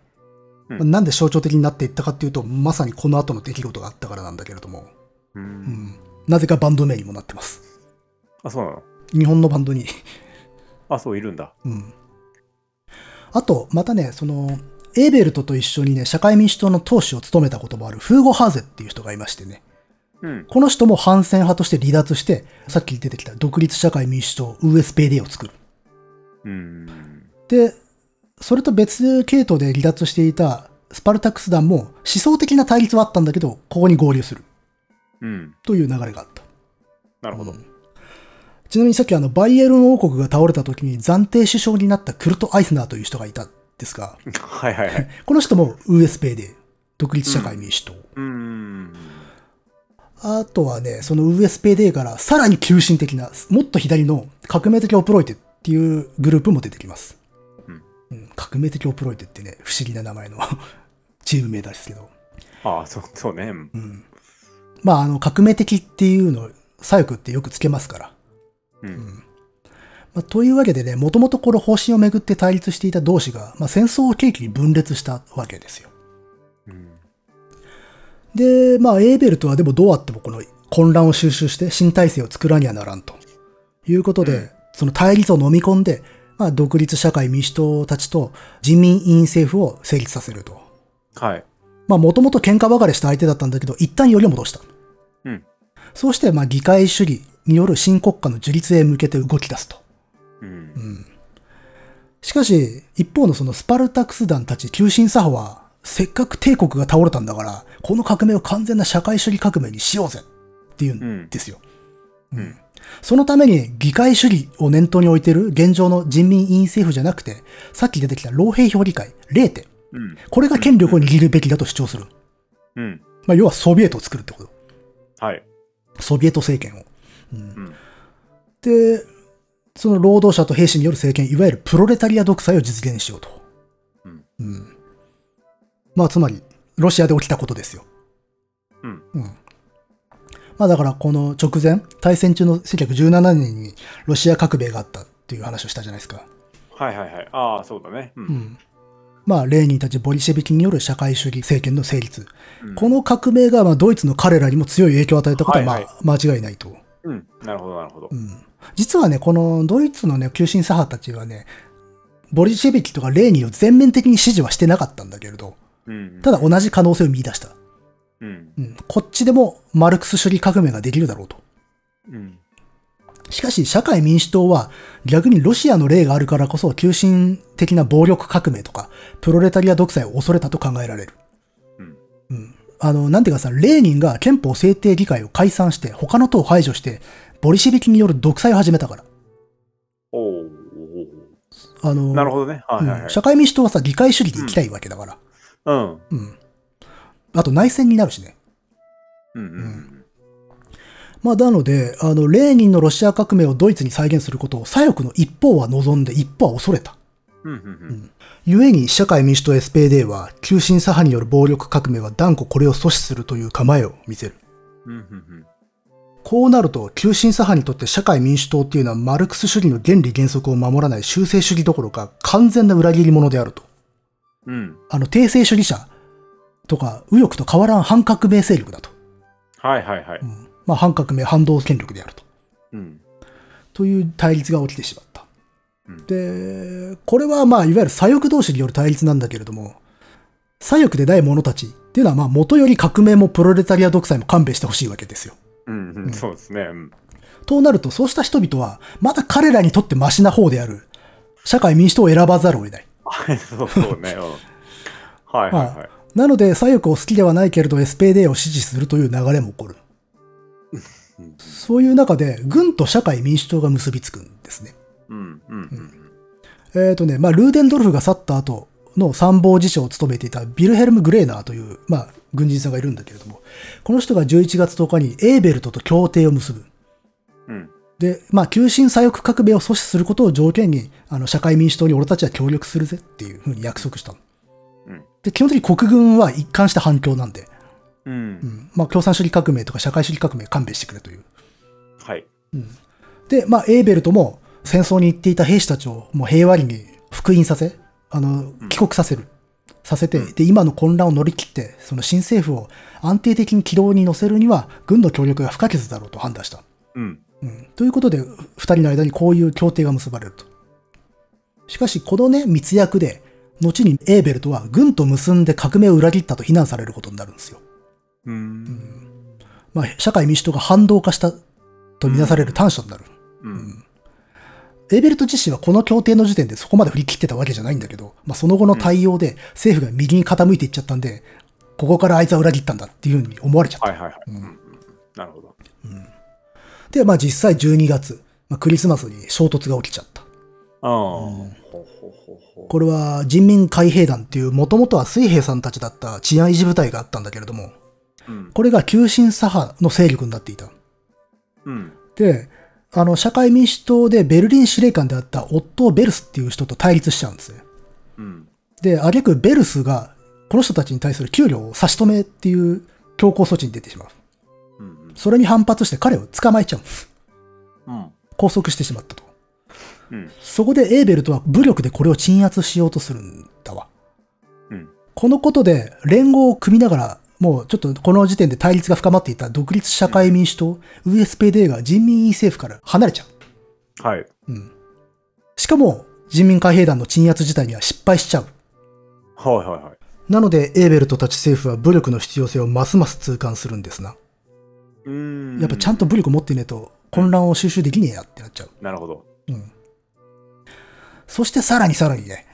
Speaker 2: うん
Speaker 1: まあなんで象徴的になっていったかっていうと、まさにこの後の出来事があったからなんだけれども、
Speaker 2: う。
Speaker 1: うんんなぜかバンド名にもなってます。
Speaker 2: あ、そうなの
Speaker 1: 日本のバンドに。
Speaker 2: あ、そういるんだ。
Speaker 1: うん、あと、またね、その、エーベルトと一緒にね、社会民主党の党首を務めたこともあるフーゴ・ハーゼっていう人がいましてね、
Speaker 2: うん。
Speaker 1: この人も反戦派として離脱して、さっき出てきた独立社会民主党 USPD を作る。
Speaker 2: うん。
Speaker 1: で、それと別系統で離脱していたスパルタクス団も思想的な対立はあったんだけど、ここに合流する
Speaker 2: うん。
Speaker 1: という流れがあった。
Speaker 2: なるほど。
Speaker 1: ちなみにさっきあのバイエルン王国が倒れた時に暫定首相になったクルト・アイスナーという人がいたんですが、
Speaker 2: はいはいはい。
Speaker 1: この人も USP で独立社会民主党。
Speaker 2: うん。
Speaker 1: あとはね、その USPD からさらに急進的な、もっと左の革命的オプロイテっていうグループも出てきます。
Speaker 2: うん
Speaker 1: うん革命的オプロイテってね、不思議な名前の チーム名だですけど。
Speaker 2: ああ、そうそうね。うん
Speaker 1: うんまあ、あの、革命的っていうの、左翼ってよくつけますから。
Speaker 2: うん。
Speaker 1: まあ、というわけでね、もともとこの方針をめぐって対立していた同士が、まあ、戦争を契機に分裂したわけですよ。
Speaker 2: うん
Speaker 1: で、まあ、エーベルトはでもどうあってもこの混乱を収集して新体制を作らにはならんということで、
Speaker 2: うん
Speaker 1: その対立を飲み込んで、まあ、独立社会民主党たちと人民委員政府を成立させると。
Speaker 2: はい。
Speaker 1: まあ、もともと喧嘩別れした相手だったんだけど、一旦より戻した。
Speaker 2: うん。
Speaker 1: そうして、まあ、議会主義による新国家の樹立へ向けて動き出すと。
Speaker 2: うん
Speaker 1: う。んしかし、一方のそのスパルタクス団たち急進左派は、せっかく帝国が倒れたんだから、この革命を完全な社会主義革命にしようぜっていうんですよ。
Speaker 2: うん
Speaker 1: そのために議会主義を念頭に置いている現状の人民委員政府じゃなくて、さっき出てきた老兵評議会、0点。
Speaker 2: うん。
Speaker 1: これが権力を握るべきだと主張する。
Speaker 2: うん。
Speaker 1: まあ、要はソビエトを作るってこと。
Speaker 2: はい。
Speaker 1: ソビエト政権を。うん
Speaker 2: うん。
Speaker 1: で、その労働者と兵士による政権、いわゆるプロレタリア独裁を実現しようと。
Speaker 2: うん
Speaker 1: うんまあ、つまり、ロシアで起きたことですよ。
Speaker 2: うん。
Speaker 1: まあ、だから、この直前、大戦中の1917年にロシア革命があったっていう話をしたじゃないですか。
Speaker 2: はいはいはい。ああ、そうだね。う。
Speaker 1: うんん。まあ、レーニンたちボリシェビキによる社会主義政権の成立。
Speaker 2: うん
Speaker 1: この革命が、まあ、ドイツの彼らにも強い影響を与えたことは、ま
Speaker 2: はいは
Speaker 1: あ、間違いないと。
Speaker 2: うん。なるほど、なるほど
Speaker 1: う。ん、実はね、このドイツのね、急進左派たちはね、ボリシェビキとかレーニンを全面的に支持はしてなかったんだけれど、
Speaker 2: うん。
Speaker 1: ただ同じ可能性を見出した。
Speaker 2: うん。
Speaker 1: うん、こっちでもマルクス主義革命ができるだろうと。
Speaker 2: うん。
Speaker 1: しかし、社会民主党は逆にロシアの例があるからこそ、急進的な暴力革命とか、プロレタリア独裁を恐れたと考えられる。
Speaker 2: うん。
Speaker 1: うん。あの、なんていうかさ、レーニンが憲法制定議会を解散して、他の党を排除して、ボリシェビキによる独裁を始めたから。
Speaker 2: おお。
Speaker 1: あの、
Speaker 2: なるほどね。はいはい
Speaker 1: うん
Speaker 2: はい。
Speaker 1: 社会民主党はさ、議会主義で行きたいわけだから。
Speaker 2: うん。
Speaker 1: うん。あと内戦になるしね。
Speaker 2: うんうん
Speaker 1: まあ、なので、あの、レーニンのロシア革命をドイツに再現することを左翼の一方は望んで一方は恐れた。
Speaker 2: うんうんうんうん
Speaker 1: 故に社会民主党 SPD は、急進左派による暴力革命は断固これを阻止するという構えを見せる。
Speaker 2: うんうん
Speaker 1: こうなると、急進左派にとって社会民主党っていうのはマルクス主義の原理原則を守らない修正主義どころか完全な裏切り者であると。
Speaker 2: うんうん
Speaker 1: あの、帝政主義者とか右翼と変わらん反革命勢力だと。
Speaker 2: はいはいはい
Speaker 1: うんまあ、反革命、反動権力であると。
Speaker 2: うん
Speaker 1: という対立が起きてしまった。
Speaker 2: うん
Speaker 1: で、これはまあ、いわゆる左翼同士による対立なんだけれども、左翼でない者たちっていうのはまあ、元より革命もプロレタリア独裁も勘弁してほしいわけですよ。
Speaker 2: うんうんそうですねうん
Speaker 1: となると、そうした人々は、まだ彼らにとってマシな方である、社会民主党を選ばざるを得ない。
Speaker 2: はいそうそうねうんはいはいは
Speaker 1: なので、左翼を好きではないけれど、SPD を支持するという流れも起こる
Speaker 2: うん。
Speaker 1: そういう中で、軍と社会民主党が結びつくんですね。
Speaker 2: いうんうんうん
Speaker 1: えっ、とね、まあ、ルーデンドルフが去った後の参謀次長を務めていたビルヘルム・グレーナーという、まあ、軍人さんがいるんだけれども、この人が11月10日にエーベルトと協定を結ぶ。
Speaker 2: うん
Speaker 1: で、まあ、急進左翼革命を阻止することを条件に、あの、社会民主党に俺たちは協力するぜっていうふうに約束したの。
Speaker 2: うん
Speaker 1: で、基本的に国軍は一貫した反共なんで、
Speaker 2: う
Speaker 1: うんん、まあ、共産主義革命とか社会主義革命勘弁してくれという。
Speaker 2: はい
Speaker 1: で、まあ、エーベルトも戦争に行っていた兵士たちをもう平和裏に復員させ、あの
Speaker 2: ん、
Speaker 1: 帰国させる。させて、
Speaker 2: うん
Speaker 1: で、今の混乱を乗り切って、その新政府を安定的に軌道に乗せるには、軍の協力が不可欠だろうと判断した。
Speaker 2: うん
Speaker 1: うん、ということで、二人の間にこういう協定が結ばれると。しかし、このね、密約で、後にエーベルトは軍と結んで革命を裏切ったと非難されることになるんですよ。
Speaker 2: う
Speaker 1: うんんまあ、社会民主党が反動化したとみなされる短所になる。
Speaker 2: うん
Speaker 1: エーベルト自身はこの協定の時点でそこまで振り切ってたわけじゃないんだけど、まあ、その後の対応で政府が右に傾いていっちゃったんで、ここからあいつは裏切ったんだっていうふうに思われちゃった。
Speaker 2: はいはいはいうんうんなるほど
Speaker 1: で、まあ実際12月、まあ、クリスマスに衝突が起きちゃった。
Speaker 2: ああほほほほ
Speaker 1: これは人民海兵団っていうもともとは水兵さんたちだった治安維持部隊があったんだけれども、
Speaker 2: うん
Speaker 1: これが急進左派の勢力になっていた。
Speaker 2: うん
Speaker 1: で、あの、社会民主党でベルリン司令官であったオットー・ベルスっていう人と対立しちゃうんですね。
Speaker 2: うん
Speaker 1: で、挙句ベルスが、この人たちに対する給料を差し止めっていう強硬措置に出てしまう。
Speaker 2: うん
Speaker 1: それに反発して彼を捕まえちゃうんです。
Speaker 2: うん
Speaker 1: 拘束してしまったと。
Speaker 2: うん
Speaker 1: そこでエーベルトは武力でこれを鎮圧しようとするんだわ。
Speaker 2: うん
Speaker 1: このことで連合を組みながら、もうちょっとこの時点で対立が深まっていた独立社会民主党、USPD が人民政府から離れちゃ
Speaker 2: はい。
Speaker 1: う。うん。しかも、人民海兵団の鎮圧自体には失敗しちゃう。
Speaker 2: はいはいはい。
Speaker 1: なので、エーベルトたち政府は武力の必要性をますます痛感するんですな。
Speaker 2: うーん。
Speaker 1: やっぱちゃんと武力持ってねえと混乱を収集できねえやってなっちゃう。
Speaker 2: なるほど。
Speaker 1: うん。そしてさらにさらにね、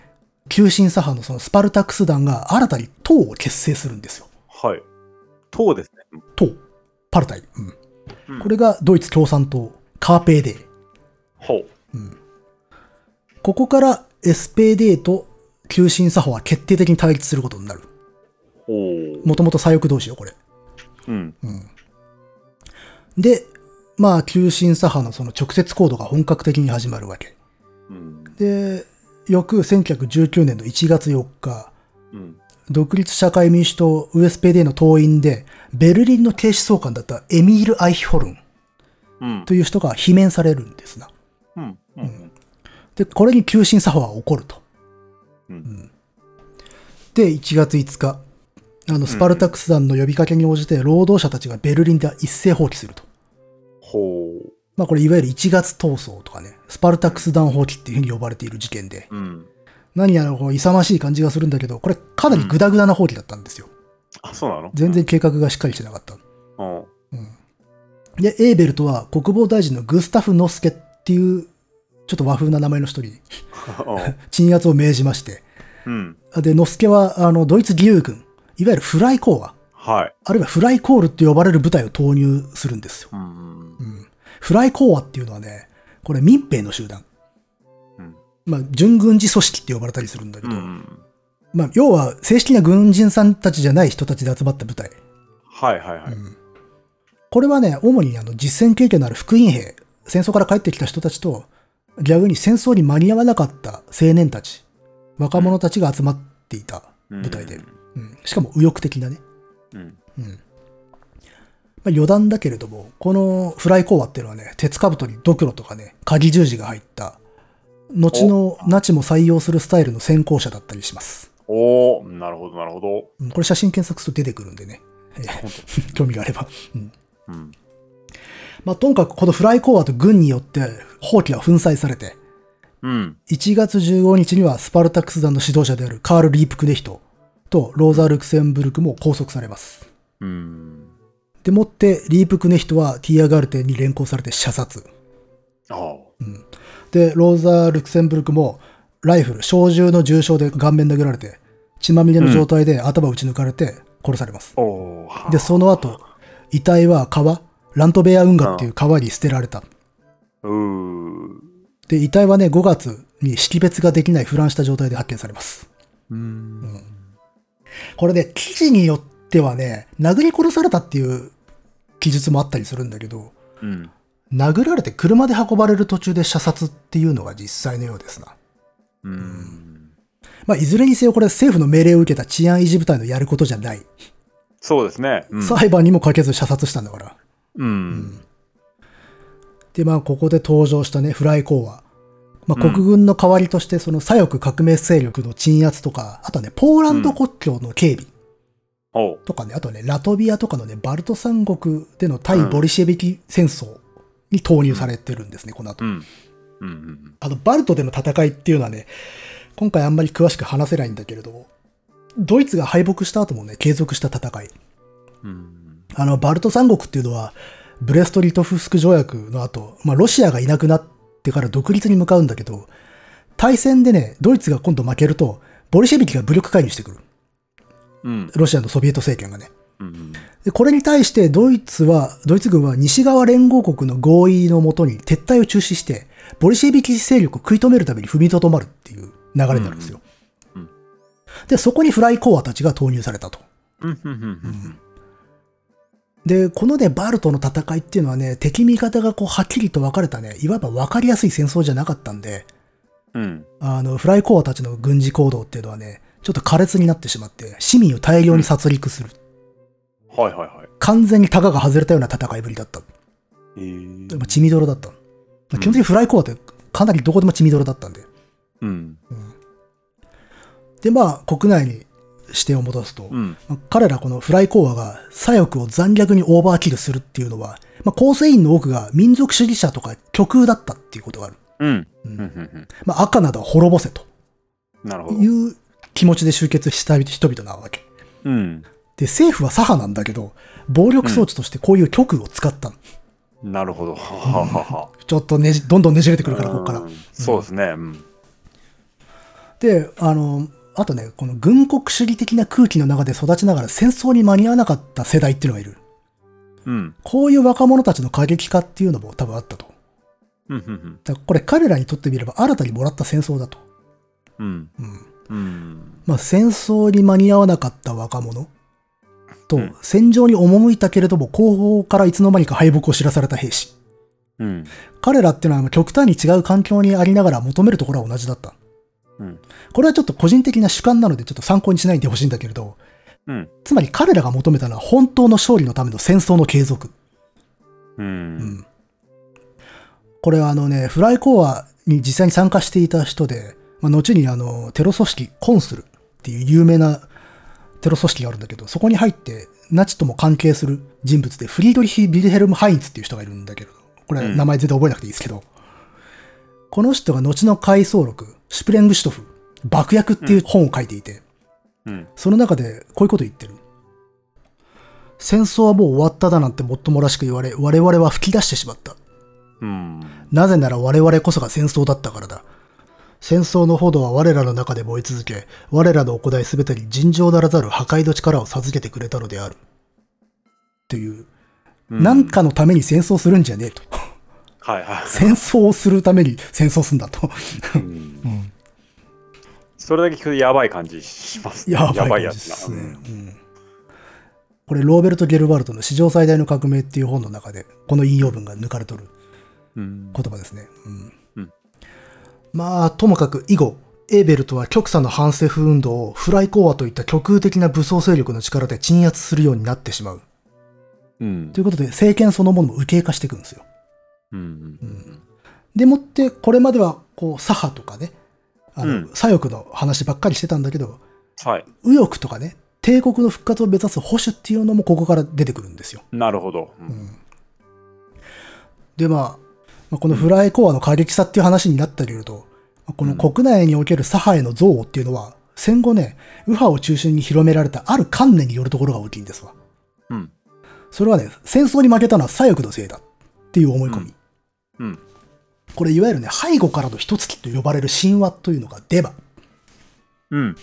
Speaker 1: 急進左派のそのスパルタクス団が新たに党を結成するんですよ。
Speaker 2: はい。党ですね。
Speaker 1: 党。パルタイ。うん。
Speaker 2: うん
Speaker 1: これがドイツ共産党、カーペーデー。
Speaker 2: ほう。
Speaker 1: うん。ここから SPD と急進左派は決定的に対立することになる。
Speaker 2: おー
Speaker 1: もともと左翼同士よ、これ。
Speaker 2: うん。
Speaker 1: うん。で、まあ、急進左派のその直接行動が本格的に始まるわけ。
Speaker 2: うん。
Speaker 1: で、翌1919年の1月4日、
Speaker 2: うん。
Speaker 1: 独立社会民主党 USPD の党員で、ベルリンの警視総監だったエミール・アイヒホルン
Speaker 2: うん。
Speaker 1: という人が罷免されるんですな。
Speaker 2: うん。うん。
Speaker 1: で、これに急進左派は起こると。
Speaker 2: うん。
Speaker 1: で、1月5日、あの、スパルタクス団の呼びかけに応じて、労働者たちがベルリンで一斉放棄すると。
Speaker 2: ほ
Speaker 1: まあこれいわゆる1月闘争とかね、スパルタクス団放棄っていうふうに呼ばれている事件で、
Speaker 2: う。うん。
Speaker 1: 何やらこう勇ましい感じがするんだけど、これかなりグダグダな放棄だったんですよ。
Speaker 2: あ、そうなの
Speaker 1: 全。然計画がしっかりしてなかった。
Speaker 2: うん。
Speaker 1: で、エーベルトは国防大臣のグスタフ・ノスケっていう、ちょっと和風な名前の人 に鎮圧を命じまして、
Speaker 2: うん。
Speaker 1: で、ノスケはあのドイツ義勇軍、いわゆるフライコーア、
Speaker 2: はい。
Speaker 1: あるいはフライコールって呼ばれる部隊を投入するんですよ。
Speaker 2: うん。
Speaker 1: うんフライコーアっていうのはね、これ民兵の集団。
Speaker 2: うん。
Speaker 1: まあ、準軍事組織って呼ばれたりするんだけ
Speaker 2: う
Speaker 1: ど、
Speaker 2: ん。
Speaker 1: まあ、要は正式な軍人さんたちじゃない人たちで集まった部隊。
Speaker 2: はいはいはい。
Speaker 1: うんこれはね、主にあの実戦経験のある福音兵、戦争から帰ってきた人たちと、逆に戦争に間に合わなかった青年たち、若者たちが集まっていた。
Speaker 2: うん
Speaker 1: 舞台でうん、しかも右翼的なね。
Speaker 2: うん。
Speaker 1: うんまあ、余談だけれども、このフライコアっていうのはね、鉄兜にドクロとかね、鍵十字が入った、後のナチも採用するスタイルの先行者だったりします。
Speaker 2: おおなるほどなるほど。
Speaker 1: うんこれ写真検索すると出てくるんでね、え
Speaker 2: 本
Speaker 1: ー 興味があれば。うん
Speaker 2: うん。
Speaker 1: まあ、とにかくこのフライコアと軍によって放棄は粉砕されて、
Speaker 2: うん。
Speaker 1: 1月15日にはスパルタクス団の指導者であるカール・リープクネヒトとローザー・ルクセンブルクも拘束されます。
Speaker 2: うん。
Speaker 1: でもって、リープクネヒトはティアガルテに連行されて射殺。
Speaker 2: ああ。
Speaker 1: で、ローザー・ルクセンブルクも、ライフル、小銃の重傷で顔面殴られて、血まみれの状態で頭打ち抜かれて殺されます。
Speaker 2: おー
Speaker 1: で、その後、遺体は川、ラントベア運河っていう川に捨てられた。
Speaker 2: うー
Speaker 1: で、遺体はね、5月に識別ができない腐乱した状態で発見されます。
Speaker 2: うん。
Speaker 1: これね、記事によってはね、殴り殺されたっていう記述もあったりするんだけど、
Speaker 2: うん。
Speaker 1: 殴られて車で運ばれる途中で射殺っていうのが実際のようですな。
Speaker 2: うん。
Speaker 1: まあ、いずれにせよこれは政府の命令を受けた治安維持部隊のやることじゃない。
Speaker 2: そうですね。うん。
Speaker 1: 裁判にもかけず射殺したんだから。
Speaker 2: うん。
Speaker 1: で、まあ、ここで登場したね、フライコーは、まあ、国軍の代わりとして、その左翼革命勢力の鎮圧とか、あとはね、ポーランド国境の警備
Speaker 2: おう
Speaker 1: とかね、あとはね、ラトビアとかのね、バルト三国での対ボリシェビキ戦争に投入されてるんですね、この後
Speaker 2: う。ん。うんうん。
Speaker 1: あの、バルトでの戦いっていうのはね、今回あんまり詳しく話せないんだけれども、ドイツが敗北した後もね、継続した戦い。
Speaker 2: うん。
Speaker 1: あの、バルト三国っていうのは、ブレストリトフスク条約の後、まあ、ロシアがいなくなってから独立に向かうんだけど、対戦でね、ドイツが今度負けると、ボリシェビキが武力介入してくる。
Speaker 2: うん。
Speaker 1: ロシアのソビエト政権がね。
Speaker 2: うん。
Speaker 1: でこれに対してドイツは、ドイツ軍は西側連合国の合意のもとに撤退を中止して、ボリシェビキ勢力を食い止めるために踏みとどまるっていう流れになるんですよ。
Speaker 2: うんうん
Speaker 1: で、そこにフライコアたちが投入されたと。
Speaker 2: うんうんうん
Speaker 1: で、このね、バルトの戦いっていうのはね、敵味方がこう、はっきりと分かれたね、いわば分かりやすい戦争じゃなかったんで、
Speaker 2: うん。うん。
Speaker 1: あの、フライコアたちの軍事行動っていうのはね、ちょっと苛烈になってしまって、市民を大量に殺戮する。
Speaker 2: はいはいはい。
Speaker 1: 完全にタガが外れたような戦いぶりだった。
Speaker 2: え
Speaker 1: ま
Speaker 2: ー
Speaker 1: あ、血みどろだった。まあ
Speaker 2: ん
Speaker 1: 基本的にフライコアってかなりどこでも血みどろだったんで。
Speaker 2: うん。
Speaker 1: で、まあ、国内に視点を戻すと、
Speaker 2: うん。
Speaker 1: まあ彼らこのフライコアが左翼を残虐にオーバーキルするっていうのは、まあ、構成員の多くが民族主義者とか極右だったっていうことがある。
Speaker 2: うん。
Speaker 1: う
Speaker 2: うんうんん
Speaker 1: まあ、赤などは滅ぼせと
Speaker 2: うん。なるほど。
Speaker 1: いう気持ちで集結した人々なわけ。
Speaker 2: うん。
Speaker 1: で、政府は左派なんだけど、暴力装置としてこういう極右を使ったの。
Speaker 2: なるほど。はははは。
Speaker 1: ちょっとねじ、どんどんねじれてくるから、ここか
Speaker 2: う
Speaker 1: ら
Speaker 2: ん。そうですね。うん。
Speaker 1: で、あの、あとね、この軍国主義的な空気の中で育ちながら戦争に間に合わなかった世代っていうのがいる。
Speaker 2: うん。
Speaker 1: こういう若者たちの過激化っていうのも多分あったと。
Speaker 2: うんうん
Speaker 1: だからこれ彼らにとってみれば新たにもらった戦争だと。
Speaker 2: うん。
Speaker 1: うん。
Speaker 2: うん。
Speaker 1: まあ戦争に間に合わなかった若者と、
Speaker 2: うん
Speaker 1: 戦場に赴いたけれども後方からいつの間にか敗北を知らされた兵士。
Speaker 2: うん。
Speaker 1: 彼らっていうのは極端に違う環境にありながら求めるところは同じだった。
Speaker 2: うん。
Speaker 1: これはちょっと個人的な主観なのでちょっと参考にしないでほしいんだけれど、
Speaker 2: うん。
Speaker 1: つまり彼らが求めたのは本当の勝利のための戦争の継続。
Speaker 2: うん。
Speaker 1: うんこれはあのね、フライコアに実際に参加していた人で、まあ、後にあのテロ組織コンスルっていう有名なテロ組織があるんだけど、そこに入ってナチとも関係する人物で、フリードリヒ・ビルヘルム・ハインツっていう人がいるんだけど、これ
Speaker 2: うん
Speaker 1: 名前全然覚えなくていいですけど、この人が後の回想録、シュプレングシュトフ、爆薬っていう本を書いていて、
Speaker 2: うん。
Speaker 1: その中でこういうこと言ってる。戦争はもう終わっただなんてもっともらしく言われ、我々は吹き出してしまった。
Speaker 2: うん。
Speaker 1: なぜなら我々こそが戦争だったからだ。戦争の炎は我らの中で燃え続け、我らの行いすべてに尋常ならざる破壊の力を授けてくれたのである。という、
Speaker 2: う
Speaker 1: 何。かのために戦争するんじゃねえと。
Speaker 2: はいは
Speaker 1: 戦争をするために戦争すんだと。
Speaker 2: い。うんそれだけ聞くとやばい感じします、
Speaker 1: やばい
Speaker 2: や
Speaker 1: で
Speaker 2: つ
Speaker 1: すね。
Speaker 2: な。
Speaker 1: うんこれ、ローベルト・ゲルバルトの史上最大の革命っていう本の中で、この引用文が抜かれとる
Speaker 2: うん
Speaker 1: 言葉ですね。うん
Speaker 2: うん
Speaker 1: まあ、ともかく以後、エーベルトは極左の反政府運動をフライ講和といった極右的な武装勢力の力で鎮圧するようになってしまう。
Speaker 2: うん
Speaker 1: ということで、政権そのものも右傾化していくんですよ。
Speaker 2: うん
Speaker 1: でもって、これまでは、こう、左派とかね、あの、
Speaker 2: うん
Speaker 1: 左翼の話ばっかりしてたんだけど、
Speaker 2: はい、
Speaker 1: 右翼とかね、帝国の復活を目指す保守っていうのもここから出てくるんですよ。
Speaker 2: なるほど。う
Speaker 1: うんんで、まあ、まあこのフライコアの過激さっていう話になったりすると、この国内における左派への憎悪っていうのは、戦後ね、右派を中心に広められたある観念によるところが大きいんですわ。
Speaker 2: うん
Speaker 1: それはね、戦争に負けたのは左翼のせいだっていう思い込み。
Speaker 2: うん
Speaker 1: これいわゆるね、背後からの一突きと呼ばれる神話というのがデバ。
Speaker 2: うん、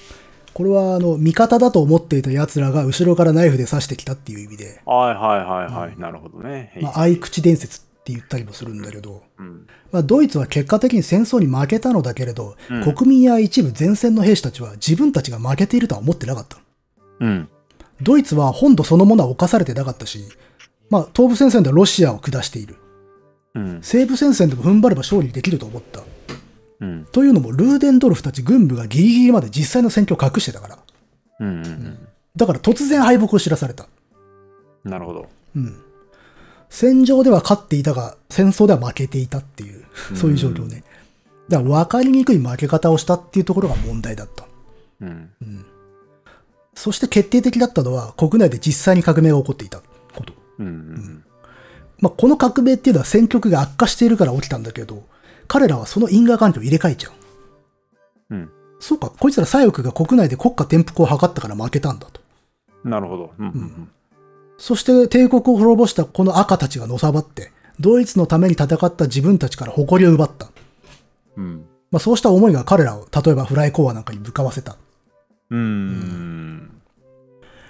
Speaker 1: これはあの、味方だと思っていた奴らが後ろからナイフで刺してきたっていう意味で、
Speaker 2: はいはいはいはい、
Speaker 1: う
Speaker 2: なるほどね。
Speaker 1: まあ、合い口伝説って言ったりもするんだけど、
Speaker 2: うん
Speaker 1: まあ、ドイツは結果的に戦争に負けたのだけれど、
Speaker 2: うん
Speaker 1: 国民や一部前線の兵士たちは自分たちが負けているとは思ってなかった。
Speaker 2: うん
Speaker 1: ドイツは本土そのものは侵されてなかったし、まあ、東部戦線ではロシアを下している。
Speaker 2: うん
Speaker 1: 西部戦線でも踏ん張れば勝利できると思った。
Speaker 2: うん
Speaker 1: というのも、ルーデンドルフたち軍部がギリギリまで実際の戦況を隠してたから。
Speaker 2: うんうん
Speaker 1: だから突然敗北を知らされた。
Speaker 2: うんなるほど。
Speaker 1: うん。戦場では勝っていたが、戦争では負けていたっていう、そういう状況ね。だから分かりにくい負け方をしたっていうところが問題だった。
Speaker 2: うん
Speaker 1: うん。そして決定的だったのは、国内で実際に革命が起こっていたこと。
Speaker 2: うんうん
Speaker 1: まあ、この革命っていうのは戦局が悪化しているから起きたんだけど、彼らはその因果関係を入れ替えちゃう。
Speaker 2: うん
Speaker 1: そうか、こいつら左翼が国内で国家転覆を図ったから負けたんだと。
Speaker 2: なるほど。うんうん
Speaker 1: そして帝国を滅ぼしたこの赤たちがのさばって、ドイツのために戦った自分たちから誇りを奪った。
Speaker 2: うん
Speaker 1: まあ、そうした思いが彼らを、例えばフライコアなんかに向かわせた。
Speaker 2: うんうん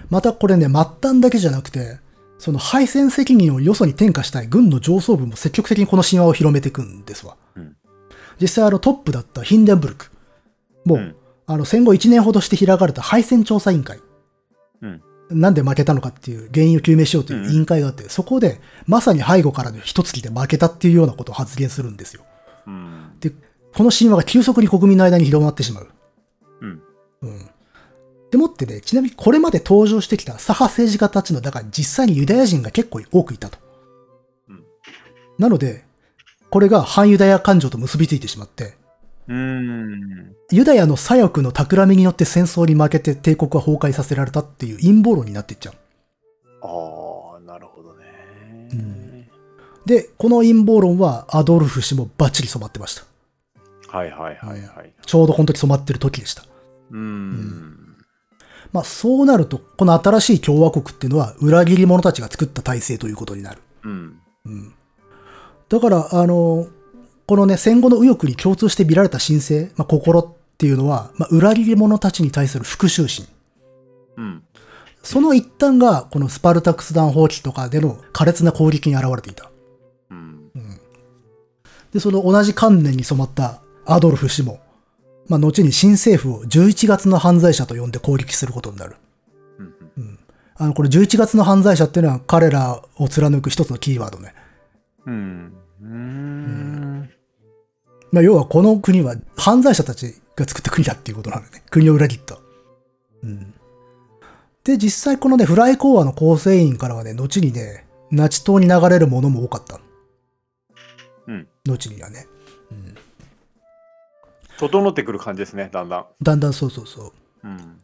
Speaker 1: またこれね、末端だけじゃなくて、その敗戦責任をよそに転嫁したい軍の上層部も積極的にこの神話を広めていくんですわ。
Speaker 2: うん
Speaker 1: 実際あのトップだったヒンデンブルク。もう、
Speaker 2: うん
Speaker 1: あの戦後1年ほどして開かれた敗戦調査委員会。
Speaker 2: うん
Speaker 1: なんで負けたのかっていう原因を究明しようという委員会があって、そこでまさに背後からの一突きで負けたっていうようなことを発言するんですよ。
Speaker 2: うん
Speaker 1: で、この神話が急速に国民の間に広まってしまう。
Speaker 2: うん
Speaker 1: うん。でもってね、ちなみにこれまで登場してきた左派政治家たちの中に実際にユダヤ人が結構多くいたと。
Speaker 2: うん
Speaker 1: なので、これが反ユダヤ感情と結びついてしまって、
Speaker 2: うん
Speaker 1: ユダヤの左翼の企みによって戦争に負けて帝国は崩壊させられたっていう陰謀論になっていっちゃう。
Speaker 2: ああ、なるほどね。
Speaker 1: うんで、この陰謀論はアドルフ氏もバッチリ染まってました。
Speaker 2: はいはいはいはい。
Speaker 1: ちょうどこの時染まってる時でした。
Speaker 2: うん。
Speaker 1: まあそうなると、この新しい共和国っていうのは裏切り者たちが作った体制ということになる。
Speaker 2: うん。
Speaker 1: うん。だから、あの、このね、戦後の右翼に共通して見られた神聖、まあ、心っていうのは、まあ、裏切り者たちに対する復讐心。
Speaker 2: うん。
Speaker 1: その一端が、このスパルタクス弾放棄とかでの苛烈な攻撃に現れていた。
Speaker 2: うん。
Speaker 1: で、その同じ観念に染まったアドルフ氏も、まあ、後に新政府を11月の犯罪者と呼んで攻撃することになる。
Speaker 2: うん
Speaker 1: うん。あの、これ11月の犯罪者っていうのは彼らを貫く一つのキーワードね。
Speaker 2: うん。うん。
Speaker 1: まあ、要はこの国は犯罪者たちが作った国だっていうことなんだよね。国を裏切った。うん。で、実際このね、フライ講和の構成員からはね、後にね、ナチ党に流れるものも多かった。
Speaker 2: うん。
Speaker 1: 後にはね。うん。
Speaker 2: 整ってくる感じですね、だんだん。
Speaker 1: だんだんそうそうそう。
Speaker 2: うん。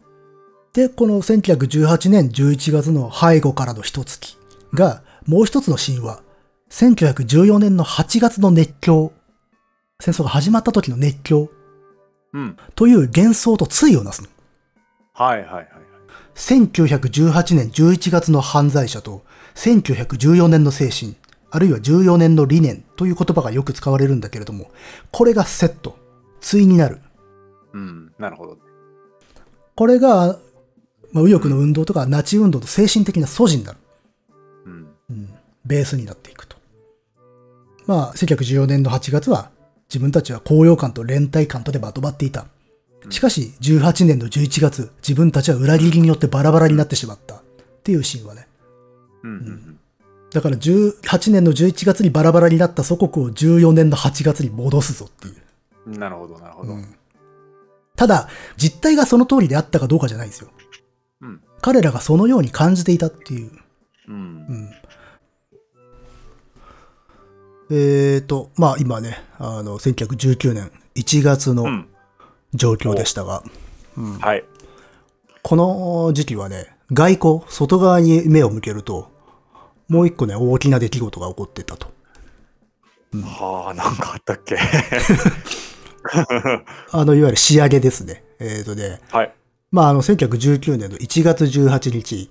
Speaker 1: で、この1918年11月の背後からの一月が、もう一つの神話。1914年の8月の熱狂。戦争が始まった時の熱狂
Speaker 2: うん。
Speaker 1: という幻想と対をなすの。
Speaker 2: はいはいはいはい。
Speaker 1: 1918年11月の犯罪者と1914年の精神、あるいは14年の理念という言葉がよく使われるんだけれども、これがセット、対になる。
Speaker 2: うん。なるほど。
Speaker 1: これが、まあ、右翼の運動とかナチ運動と精神的な素地になる。
Speaker 2: うん。
Speaker 1: うん、ベースになっていくと。まあ、1914年の8月は、自分たちは高揚感と連帯感とでまとまっていた。しかし、18年の11月、自分たちは裏切りによってバラバラになってしまった。っていうシーンはね。
Speaker 2: うんうん
Speaker 1: だから18年の11月にバラバラになった祖国を14年の8月に戻すぞっていう。
Speaker 2: うんなるほどなるほど。
Speaker 1: うんただ、実態がその通りであったかどうかじゃないんですよ。
Speaker 2: うん
Speaker 1: 彼らがそのように感じていたっていう。
Speaker 2: う
Speaker 1: うんん。えーと、まあ今ね、あの、1919年1月
Speaker 2: う
Speaker 1: の
Speaker 2: ん
Speaker 1: 状況でしたが、
Speaker 2: はい。
Speaker 1: この時期はね、外交、外側に目を向けると、もう一個ね、大きな出来事が起こってたと。
Speaker 2: はあなんかあったっけ。
Speaker 1: あの、いわゆる仕上げですね。えーとね、
Speaker 2: はい。
Speaker 1: まあ、あの、1919年の1月18日、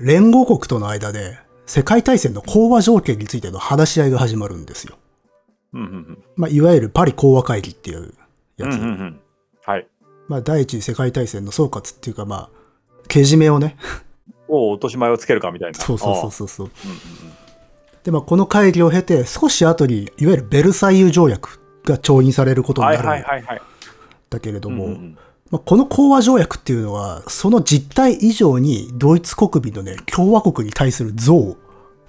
Speaker 1: 連合国との間で、世界大戦の講和条件についての話し合いが始まるんですよ。
Speaker 2: うんうん
Speaker 1: まあ、いわゆるパリ講和会議っていう
Speaker 2: う
Speaker 1: や
Speaker 2: ん
Speaker 1: つ。
Speaker 2: うんうんうん。はい。
Speaker 1: まあ、第一次世界大戦の総括っていうか、まあ、けじめをね。
Speaker 2: おう落とし前をつけるかみたいな。
Speaker 1: そうそうそうそうそう。
Speaker 2: ああ。うんうんうん
Speaker 1: で、まあ、この会議を経て、少し後に、いわゆるベルサイユ条約が調印されることに
Speaker 2: はい
Speaker 1: な
Speaker 2: は
Speaker 1: る
Speaker 2: い
Speaker 1: ん
Speaker 2: はいはい。
Speaker 1: だけれど
Speaker 2: うんう
Speaker 1: も、
Speaker 2: ん
Speaker 1: まあ、この講和条約っていうのは、その実態以上に、ドイツ国民のね、共和国に対する憎悪、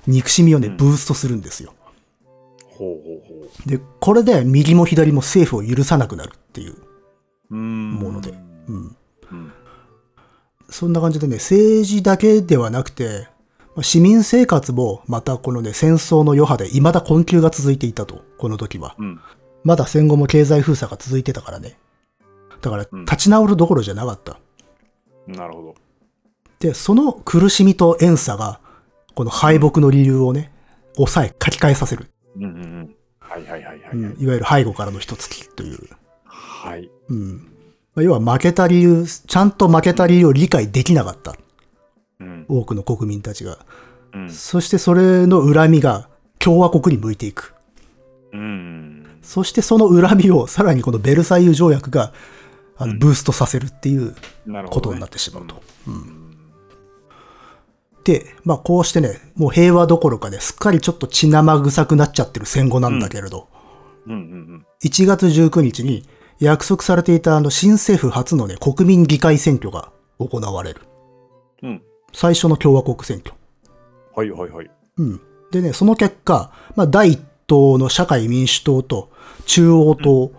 Speaker 1: 憎しみをね、
Speaker 2: うん
Speaker 1: ブーストするんですよ。
Speaker 2: ほうほうほ
Speaker 1: で、これで右も左も政府を許さなくなるっていう。
Speaker 2: う。うん。
Speaker 1: もので
Speaker 2: う
Speaker 1: うん。
Speaker 2: ん。
Speaker 1: そんな感じでね、政治だけではなくて、まあ市民生活も、またこのね、戦争の余波で未だ困窮が続いていたと、この時は。
Speaker 2: うん。
Speaker 1: まだ戦後も経済封鎖が続いてたからね。だから、
Speaker 2: うん
Speaker 1: 立ち直るどころじゃなかった。
Speaker 2: なるほど。
Speaker 1: で、その苦しみと怨差が、この敗北の理由をね、抑え、書き換えさせる。
Speaker 2: うんうんうん。はいはいはいは
Speaker 1: う
Speaker 2: いは
Speaker 1: ん
Speaker 2: い。
Speaker 1: いわゆる背後からの一突きという。
Speaker 2: はい。
Speaker 1: うん。まあ要は負けた理由、ちゃんと負けた理由を理解できなかった。
Speaker 2: うん
Speaker 1: 多くの国民たちが。
Speaker 2: うん
Speaker 1: そしてそれの恨みが共和国に向いていく。
Speaker 2: うん。
Speaker 1: そしてその恨みをさらにこのベルサイユ条約があ
Speaker 2: う
Speaker 1: の
Speaker 2: ん
Speaker 1: ブーストさせるっていう
Speaker 2: なるほどね。
Speaker 1: ことになってしまうと。
Speaker 2: うん。
Speaker 1: で、まあこうしてね、もう平和どころかね、すっかりちょっと血生臭くなっちゃってる戦後なんだけれど、
Speaker 2: うんうん
Speaker 1: 1月19日に約束されていたあの新政府初のね、国民議会選挙が行われる。
Speaker 2: うん。うん。
Speaker 1: 最初の共和国選挙。
Speaker 2: はいはいはい。
Speaker 1: うん。でね、その結果、まあ、第一党の社会民主党と中央党、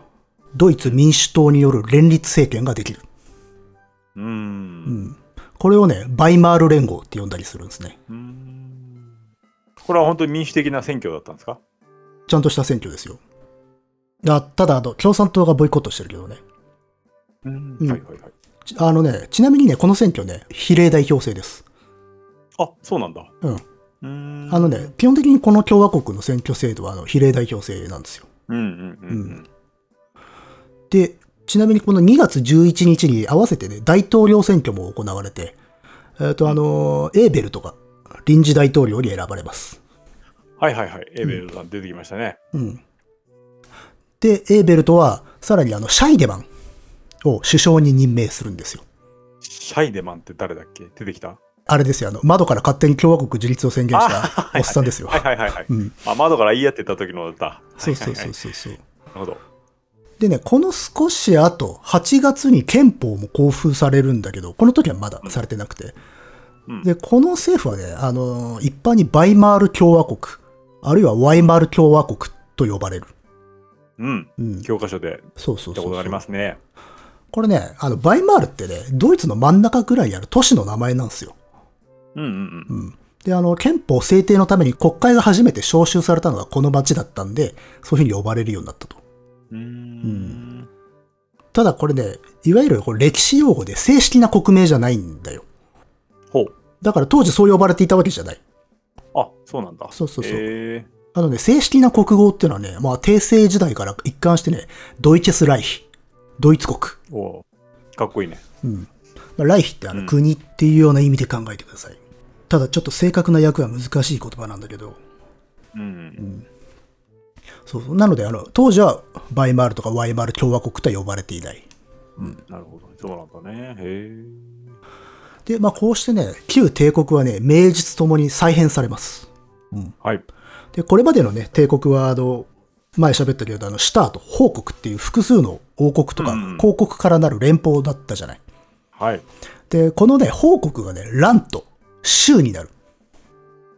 Speaker 1: ドイツ民主党による連立政権ができる。
Speaker 2: う。
Speaker 1: うんん。これをね、バイマール連合って呼んだりするんですね。
Speaker 2: うん。これは本当に民主的な選挙だったんですか
Speaker 1: ちゃんとした選挙ですよ。だただあの、共産党がボイコットしてるけどね。
Speaker 2: うん
Speaker 1: うん
Speaker 2: はいはいはい。
Speaker 1: ちあのね、ちなみにね、この選挙ね、比例代表制です。
Speaker 2: あ、そうなんだ。
Speaker 1: うん。
Speaker 2: うん。
Speaker 1: あのね、基本的にこの共和国の選挙制度はあの比例代表制なんですよ。
Speaker 2: うんうんうんうん。
Speaker 1: で、ちなみにこの2月11日に合わせてね、大統領選挙も行われて、えっ、と、あのーエーベルとか、臨時大統領に選ばれます。
Speaker 2: はいはいはい。エーベルさん出てきましたね。
Speaker 1: うん。で、エーベルトは、さらにあの、シャイデマンを首相に任命するんですよ。
Speaker 2: シャイデマンって誰だっけ出てきた
Speaker 1: あれですよ、あの、窓から勝手に共和国自立を宣言し
Speaker 2: あはい
Speaker 1: た
Speaker 2: はい
Speaker 1: おっさんですよ。
Speaker 2: はいはいはいはい。
Speaker 1: うん。
Speaker 2: あ、窓から言い合ってた時の歌。
Speaker 1: そうそう
Speaker 2: はい
Speaker 1: そ
Speaker 2: は
Speaker 1: う
Speaker 2: い
Speaker 1: そうそう。
Speaker 2: はい。なるほど。
Speaker 1: でね、この少し後、8月に憲法も公布されるんだけど、この時はまだされてなくて。
Speaker 2: うん
Speaker 1: で、この政府はね、あのー、一般にバイマール共和国、あるいはワイマール共和国と呼ばれる。
Speaker 2: うん。
Speaker 1: うん。
Speaker 2: 教科書で
Speaker 1: そうそうそう
Speaker 2: 見たこと
Speaker 1: そ
Speaker 2: がありま
Speaker 1: う。
Speaker 2: すね。
Speaker 1: これね、あの、バイマールってね、ドイツの真ん中ぐらいにある都市の名前なんですよ。
Speaker 2: うんうん
Speaker 1: うん。で、あの、憲法制定のために国会が初めて招集されたのがこの町だったんで、そういうふうに呼ばれるようになったと。
Speaker 2: うん。うん。
Speaker 1: ただこれね、いわゆるこう歴史用語で正式な国名じゃないんだよ。
Speaker 2: ほう。
Speaker 1: だから当時そう呼ばれていたわけじゃない。
Speaker 2: あ、そうなんだ。
Speaker 1: そうそうそう
Speaker 2: へえ
Speaker 1: あのね、正式な国語っていうのはね、まあ、帝政時代から一貫してね、ドイチェス・ライヒ、ドイツ国。
Speaker 2: おうかっこいいね。
Speaker 1: うん。まあライヒってあ
Speaker 2: う
Speaker 1: の
Speaker 2: ん
Speaker 1: 国っていうような意味で考えてください。ただちょっと正確な訳は難しい言葉なんだけど、
Speaker 2: うんうん。
Speaker 1: そうそう。なので、あの、当時はバイマールとかワイマール共和国とは呼ばれていない。
Speaker 2: なるほど。そうなんだね。へえ。
Speaker 1: で、まあこうしてね、旧帝国はね、名実ともに再編されます。
Speaker 2: はい。
Speaker 1: で、これまでのね、帝国は、あの、前喋ったけど、あの、シターと報国っていう複数の王国とか、
Speaker 2: うん
Speaker 1: 広国からなる連邦だったじゃない。
Speaker 2: はい。
Speaker 1: で、このね、報国がね、乱と州になる。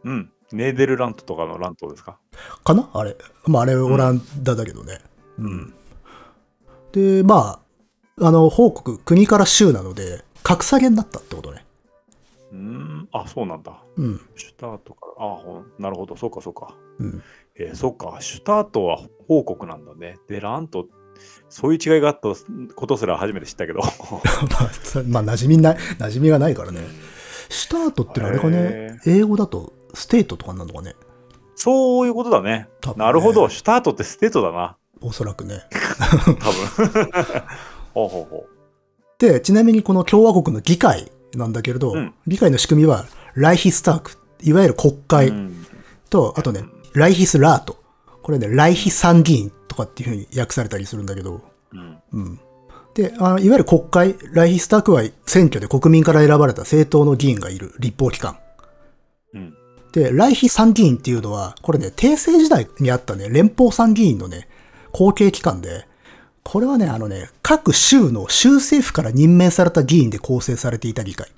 Speaker 2: うん。ネーデルラントとかのラントですか。
Speaker 1: かなあれ。まあ、あれオランダだけどね。
Speaker 2: うん。
Speaker 1: で、まあ、あの、報国、国から州なので、格下げになったってことね。
Speaker 2: うん。あ、そうなんだ。
Speaker 1: うん。
Speaker 2: シュタートから。あ、ほんなるほど。そうか、そうか。
Speaker 1: うん。
Speaker 2: えーそうか。シュタートは報告なんだね。で、ラント、そういう違いがあったことすら初めて知ったけど。
Speaker 1: まあ、つまあ、馴染みない、馴染みがないからね。スタートってのはあれかね、英語だとステートとかになるのかね。
Speaker 2: そういうことだね
Speaker 1: 多。分ね
Speaker 2: なるほど。シュタートってステートだな。
Speaker 1: おそらくね。
Speaker 2: 多分。 ほうほうほ
Speaker 1: で、ちなみにこの共和国の議会なんだけれど、
Speaker 2: うん
Speaker 1: 議会の仕組みは、ライヒスターク、いわゆる国
Speaker 2: う。
Speaker 1: 会
Speaker 2: うん
Speaker 1: と、あとね、ライヒスラート。これね、ライヒ参議院とかっていうふうに訳されたりするんだけど、
Speaker 2: うん。
Speaker 1: うん。で、あのいわゆる国会、ライヒスタークは選挙で国民から選ばれた政党の議員がいる立法機関。
Speaker 2: うん。
Speaker 1: で、来費参議院っていうのは、これね、帝政時代にあったね、連邦参議院のね、後継機関で、これはね、あのね、各州の州政府から任命された議員で構成されていた議会。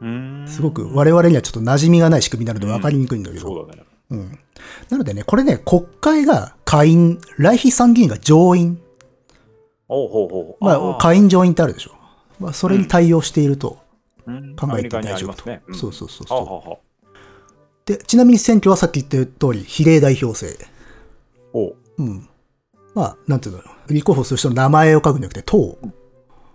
Speaker 2: うーん
Speaker 1: すごく我々にはちょっと馴染みがない仕組みなので分かりにくいんだけど。
Speaker 2: そうだね。
Speaker 1: うん。なのでね、これね、国会が下院、来費参議院が上院。
Speaker 2: おうほうほう。
Speaker 1: ま
Speaker 2: ー
Speaker 1: あ、下院上院ってあるでしょ。まあ、それに対応していると
Speaker 2: うん
Speaker 1: 考えて
Speaker 2: アメリカにあ
Speaker 1: 大
Speaker 2: り
Speaker 1: 丈
Speaker 2: ま
Speaker 1: 夫
Speaker 2: す
Speaker 1: と
Speaker 2: ね。。ん
Speaker 1: そうそうそう
Speaker 2: は
Speaker 1: そ
Speaker 2: あ
Speaker 1: う。
Speaker 2: はあはあ
Speaker 1: で、ちなみに選挙はさっき言った通り、比例代表制。
Speaker 2: おう
Speaker 1: うん。まあ、なんていうの、立候補する人の名前を書くんじゃなくて、党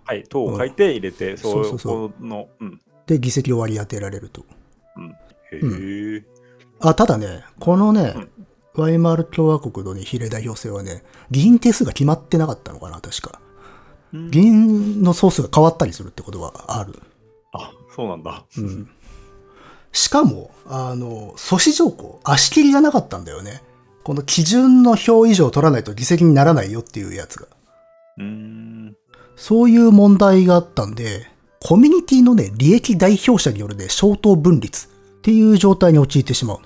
Speaker 2: はい、塔を書いて入れて、そう
Speaker 1: そうそ
Speaker 2: この、うん。
Speaker 1: で議席を割り当てられると。
Speaker 2: へえ。
Speaker 1: あ、ただね、このね
Speaker 2: うん、
Speaker 1: ワイマール共和国のね、比例代表制はね、議員定数が決まってなかったのかな、確か。
Speaker 2: うん
Speaker 1: 議員の総数が変わったりするってことはある。
Speaker 2: あ、そうなんだ。
Speaker 1: うん。しかも、あの、阻止条項、足切りがなかったんだよね。この基準の票以上取らないと議席にならないよっていうやつが。
Speaker 2: うーん。
Speaker 1: そういう問題があったんで、コミュニティのね、利益代表者によるね、消灯分立っていう状態に陥ってしまう。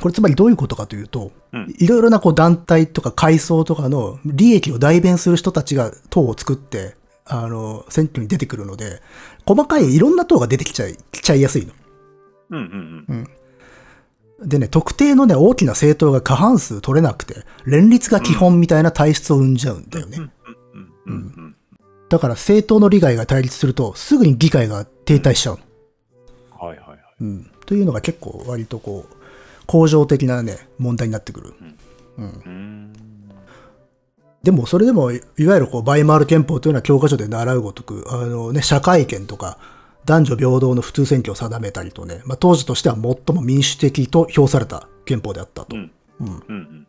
Speaker 1: これつまりどういうことかというと、
Speaker 2: うん
Speaker 1: いろいろなこう団体とか階層とかの利益を代弁する人たちが党を作って、あの、選挙に出てくるので、細かいいろんな党が出てきちゃい、きちゃいやすいの。
Speaker 2: うんうん
Speaker 1: でね、特定のね、大きな政党が過半数取れなくて、連立が基本みたいな体質を生んじゃうんだよね。
Speaker 2: うん。うんうん
Speaker 1: だから政党の利害が対立すると、すぐに議会が停滞しちゃうの。
Speaker 2: うん。はいはいはい。
Speaker 1: うん、というのが結構割とこう恒常的なね問題になってくる、
Speaker 2: うーん。
Speaker 1: でもそれでもいいわゆるこうバイマール憲法というのは教科書で習うごとくあの、ね、社会権とか男女平等の普通選挙を定めたりとね、まあ、当時としては最も民主的と評された憲法であったと、
Speaker 2: うん
Speaker 1: うん
Speaker 2: うんうん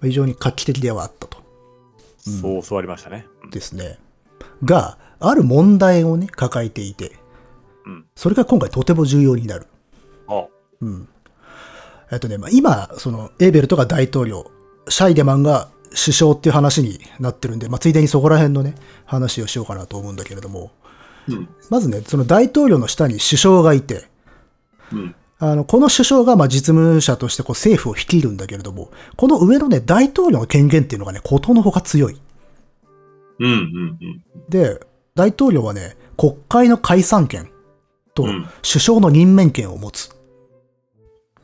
Speaker 1: 非常に画期的ではあったと
Speaker 2: うん。そう教わりましたね。
Speaker 1: ですねがある問題をね抱えていて
Speaker 2: うん。
Speaker 1: それが今回とても重要になる
Speaker 2: あ、
Speaker 1: うん。えっとね、まあ、今、その、エーベルとか大統領、シャイデマンが首相っていう話になってるんで、まあ、ついでにそこら辺のね、話をしようかなと思うんだけれども、
Speaker 2: うん。
Speaker 1: まずね、その大統領の下に首相がいて、
Speaker 2: うん。
Speaker 1: あの、この首相が、まあ、実務者としてこう政府を率いるんだけれども、この上のね、大統領の権限っていうのがね、ことのほか強い。
Speaker 2: うんうんうん。
Speaker 1: で、大統領はね、国会の解散権と
Speaker 2: う
Speaker 1: 首
Speaker 2: ん
Speaker 1: 相の任免権を持つ。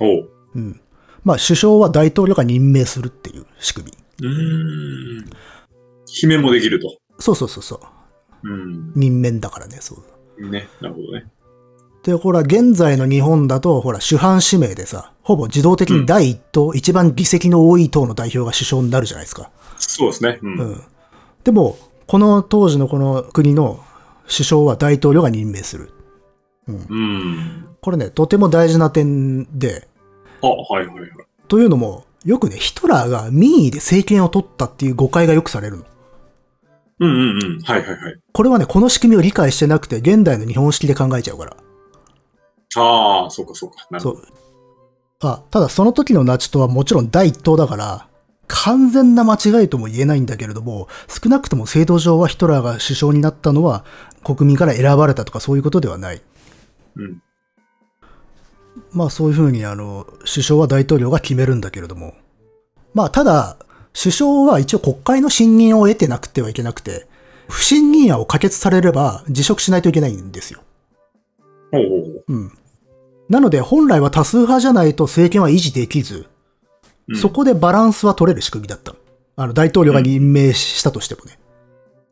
Speaker 2: おう。
Speaker 1: うん。まあ、首相は大統領が任命するっていう仕組み。
Speaker 2: うーん。姫もできると。
Speaker 1: そうそうそうそう。
Speaker 2: うん。
Speaker 1: 任免だからね、そう。
Speaker 2: ね。なるほどね。
Speaker 1: で、ほら、現在の日本だと、ほら、主犯指名でさ、ほぼ自動的に第一党、一番議席の多い党の代表が首相になるじゃないですか。
Speaker 2: そうですね。うん
Speaker 1: うん。でも、この当時のこの国の首相は大統領が任命する。
Speaker 2: うん。
Speaker 1: これね、とても大事な点で、
Speaker 2: あ、はいはいはい。
Speaker 1: というのも、よくね、ヒトラーが民意で政権を取ったっていう誤解がよくされるの。
Speaker 2: うんうんうん。はいはいはい。
Speaker 1: これはね、この仕組みを理解してなくて、現代の日本式で考えちゃうから。
Speaker 2: ああ、そうかそうか。なる
Speaker 1: そ
Speaker 2: ほど。
Speaker 1: う。あ、ただその時のナチ党はもちろん第一党だから、完全な間違いとも言えないんだけれども、少なくとも制度上はヒトラーが首相になったのは、国民から選ばれたとかそういうことではない。
Speaker 2: うん。
Speaker 1: まあそういうふうに、あの、首相は大統領が決めるんだけれども。まあただ、首相は一応国会の信任を得てなくてはいけなくて、不信任案を可決されれば辞職しないといけないんですよ。
Speaker 2: ほうほう
Speaker 1: うん。なので、本来は多数派じゃないと政権は維持できず、
Speaker 2: うん
Speaker 1: そこでバランスは取れる仕組みだった。あの、大統領が任命したとしてもね。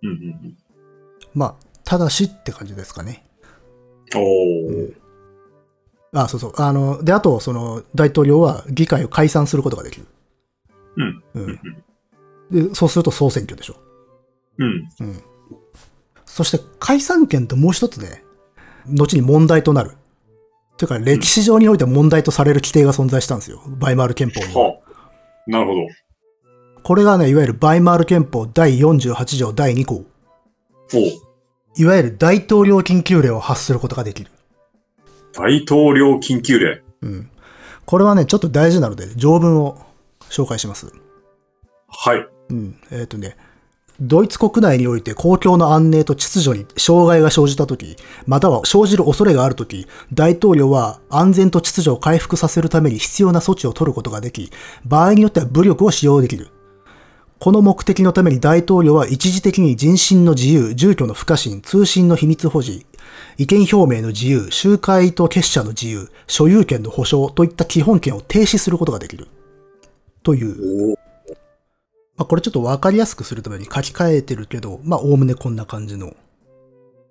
Speaker 2: うんうん
Speaker 1: まあ、ただしって感じですかね。
Speaker 2: うん。おお。
Speaker 1: あ、そうそう。あの、で、あと、その、大統領は議会を解散することができる。
Speaker 2: うん。
Speaker 1: う。
Speaker 2: うんん
Speaker 1: で、そうすると総選挙でしょ。
Speaker 2: うん。
Speaker 1: うん。そして、解散権ともう一つね、後に問題となる。というか、歴史上において問題とされる規定が存在したんですよ。バイマール憲法には。
Speaker 2: はあ。なるほど。
Speaker 1: これがね、いわゆるバイマール憲法第48条第2項。
Speaker 2: ほう。
Speaker 1: いわゆる大統領緊急令を発することができる。
Speaker 2: 大統領緊急令。
Speaker 1: うん。これはね、ちょっと大事なので、条文を紹介します。
Speaker 2: はい。
Speaker 1: うん。えっ、とね、ドイツ国内において公共の安寧と秩序に障害が生じたとき、または生じる恐れがあるとき、大統領は安全と秩序を回復させるために必要な措置を取ることができ、場合によっては武力を使用できる。この目的のために大統領は一時的に人身の自由、住居の不可侵、通信の秘密保持、意見表明の自由、集会と結社の自由、所有権の保障といった基本権を停止することができる。という。
Speaker 2: おお。
Speaker 1: まあ、これちょっと分かりやすくするために書き換えてるけど、まあ、おおむねこんな感じの、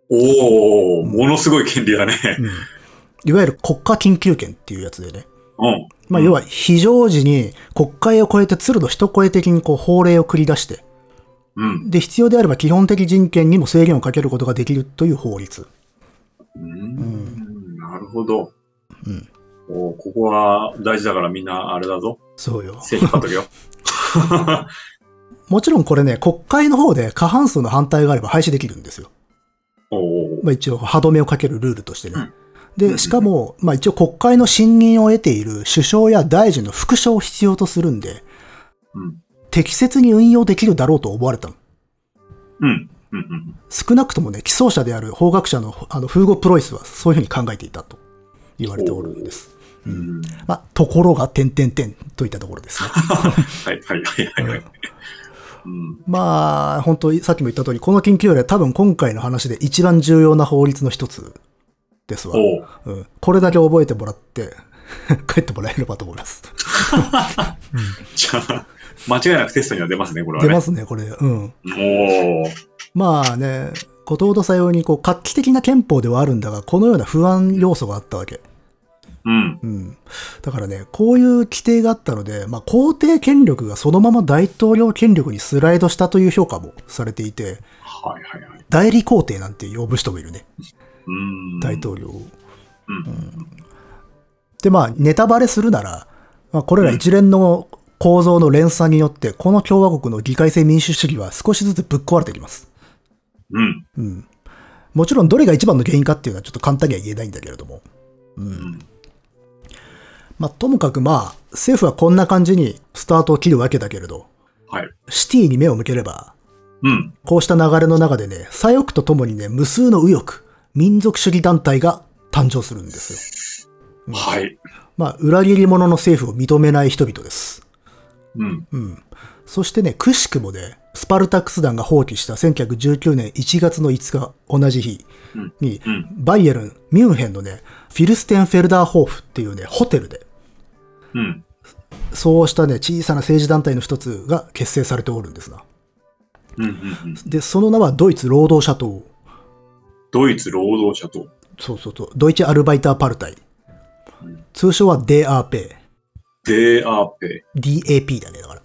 Speaker 2: おお。ものすごい権利だね。
Speaker 1: うんいわゆる国家緊急権っていうやつでね。
Speaker 2: うん。
Speaker 1: まあ、要は、非常時に国会を超えて鶴の一声的にこう法令を繰り出して、
Speaker 2: うん。
Speaker 1: で、必要であれば基本的人権にも制限をかけることができるという法律。
Speaker 2: うん。なるほど。
Speaker 1: うん。
Speaker 2: おおここは大事だからみんなあれだぞ。
Speaker 1: そうよ。
Speaker 2: 線引っ張っとけよ。
Speaker 1: もちろんこれね、国会の方で過半数の反対があれば廃止できるんですよ。
Speaker 2: おお。
Speaker 1: まあ、一応歯止めをかけるルールとしてね。
Speaker 2: うんう
Speaker 1: で、
Speaker 2: ん
Speaker 1: しかも、まあ、一応国会の信任を得ている首相や大臣の副賞を必要とするんで、
Speaker 2: うん。
Speaker 1: 適切に運用できるだろうと思われたの。
Speaker 2: うん。うん。うん。
Speaker 1: 少なくともね、寄贈者である法学者のあのフーゴ・プロイスはそういうふうに考えていたと言われておるんです。
Speaker 2: うん
Speaker 1: まあ、ところが、点々点といったところですね。
Speaker 2: はいはいはいはいはい。うん。
Speaker 1: まあ、本当さっきも言った通り、この緊急令は多分今回の話で一番重要な法律の一つですわ。
Speaker 2: おう
Speaker 1: うん、これだけ覚えてもらって、 帰ってもらえればと思います。
Speaker 2: じゃあ、間違いなくテストには出ますね、これは
Speaker 1: 出
Speaker 2: ね。
Speaker 1: ますね、これ。うん。
Speaker 2: おー
Speaker 1: まあね、ことほどさように、こう、画期的な憲法ではあるんだが、このような不安要素があったわけ。
Speaker 2: うん。
Speaker 1: うん。だからね、こういう規定があったので、まあ、皇帝権力がそのまま大統領権力にスライドしたという評価もされていて、
Speaker 2: はいはいはい。
Speaker 1: 代理皇帝なんて呼ぶ人もいるね、
Speaker 2: うん。
Speaker 1: 大統領を。
Speaker 2: うん。
Speaker 1: で、まあ、ネタバレするなら、まあ、これら一連の構造の連鎖によって、この共和国の議会制民主主義は少しずつぶっ壊れていきます。
Speaker 2: うん。
Speaker 1: うん。もちろん、どれが一番の原因かっていうのはちょっと簡単には言えないんだけれども。
Speaker 2: うん。
Speaker 1: まあ、ともかくまあ、政府はこんな感じにスタートを切るわけだけれど、
Speaker 2: はい。
Speaker 1: シティに目を向ければ、
Speaker 2: うん。
Speaker 1: こうした流れの中でね、左翼とともにね、無数の右翼、民族主義団体が誕生するんですよ。
Speaker 2: はい。
Speaker 1: まあ、裏切り者の政府を認めない人々です。
Speaker 2: うん。
Speaker 1: うん。そしてね、くしくもね、スパルタクス団が放棄した1919年1月の5日、同じ日に、
Speaker 2: うん。
Speaker 1: バイエルン、ミュンヘンのね、フィルステンフェルダーホーフっていうね、ホテルで、
Speaker 2: うん。
Speaker 1: そうしたね、小さな政治団体の一つが結成されておるんですな。
Speaker 2: うん。うん。
Speaker 1: で、その名はドイツ労働者党。
Speaker 2: ドイツ労働者と。
Speaker 1: そうそうそう。ドイツアルバイターパルタイ。通称は DAP。
Speaker 2: デーアーペ。
Speaker 1: DAP だね、だから。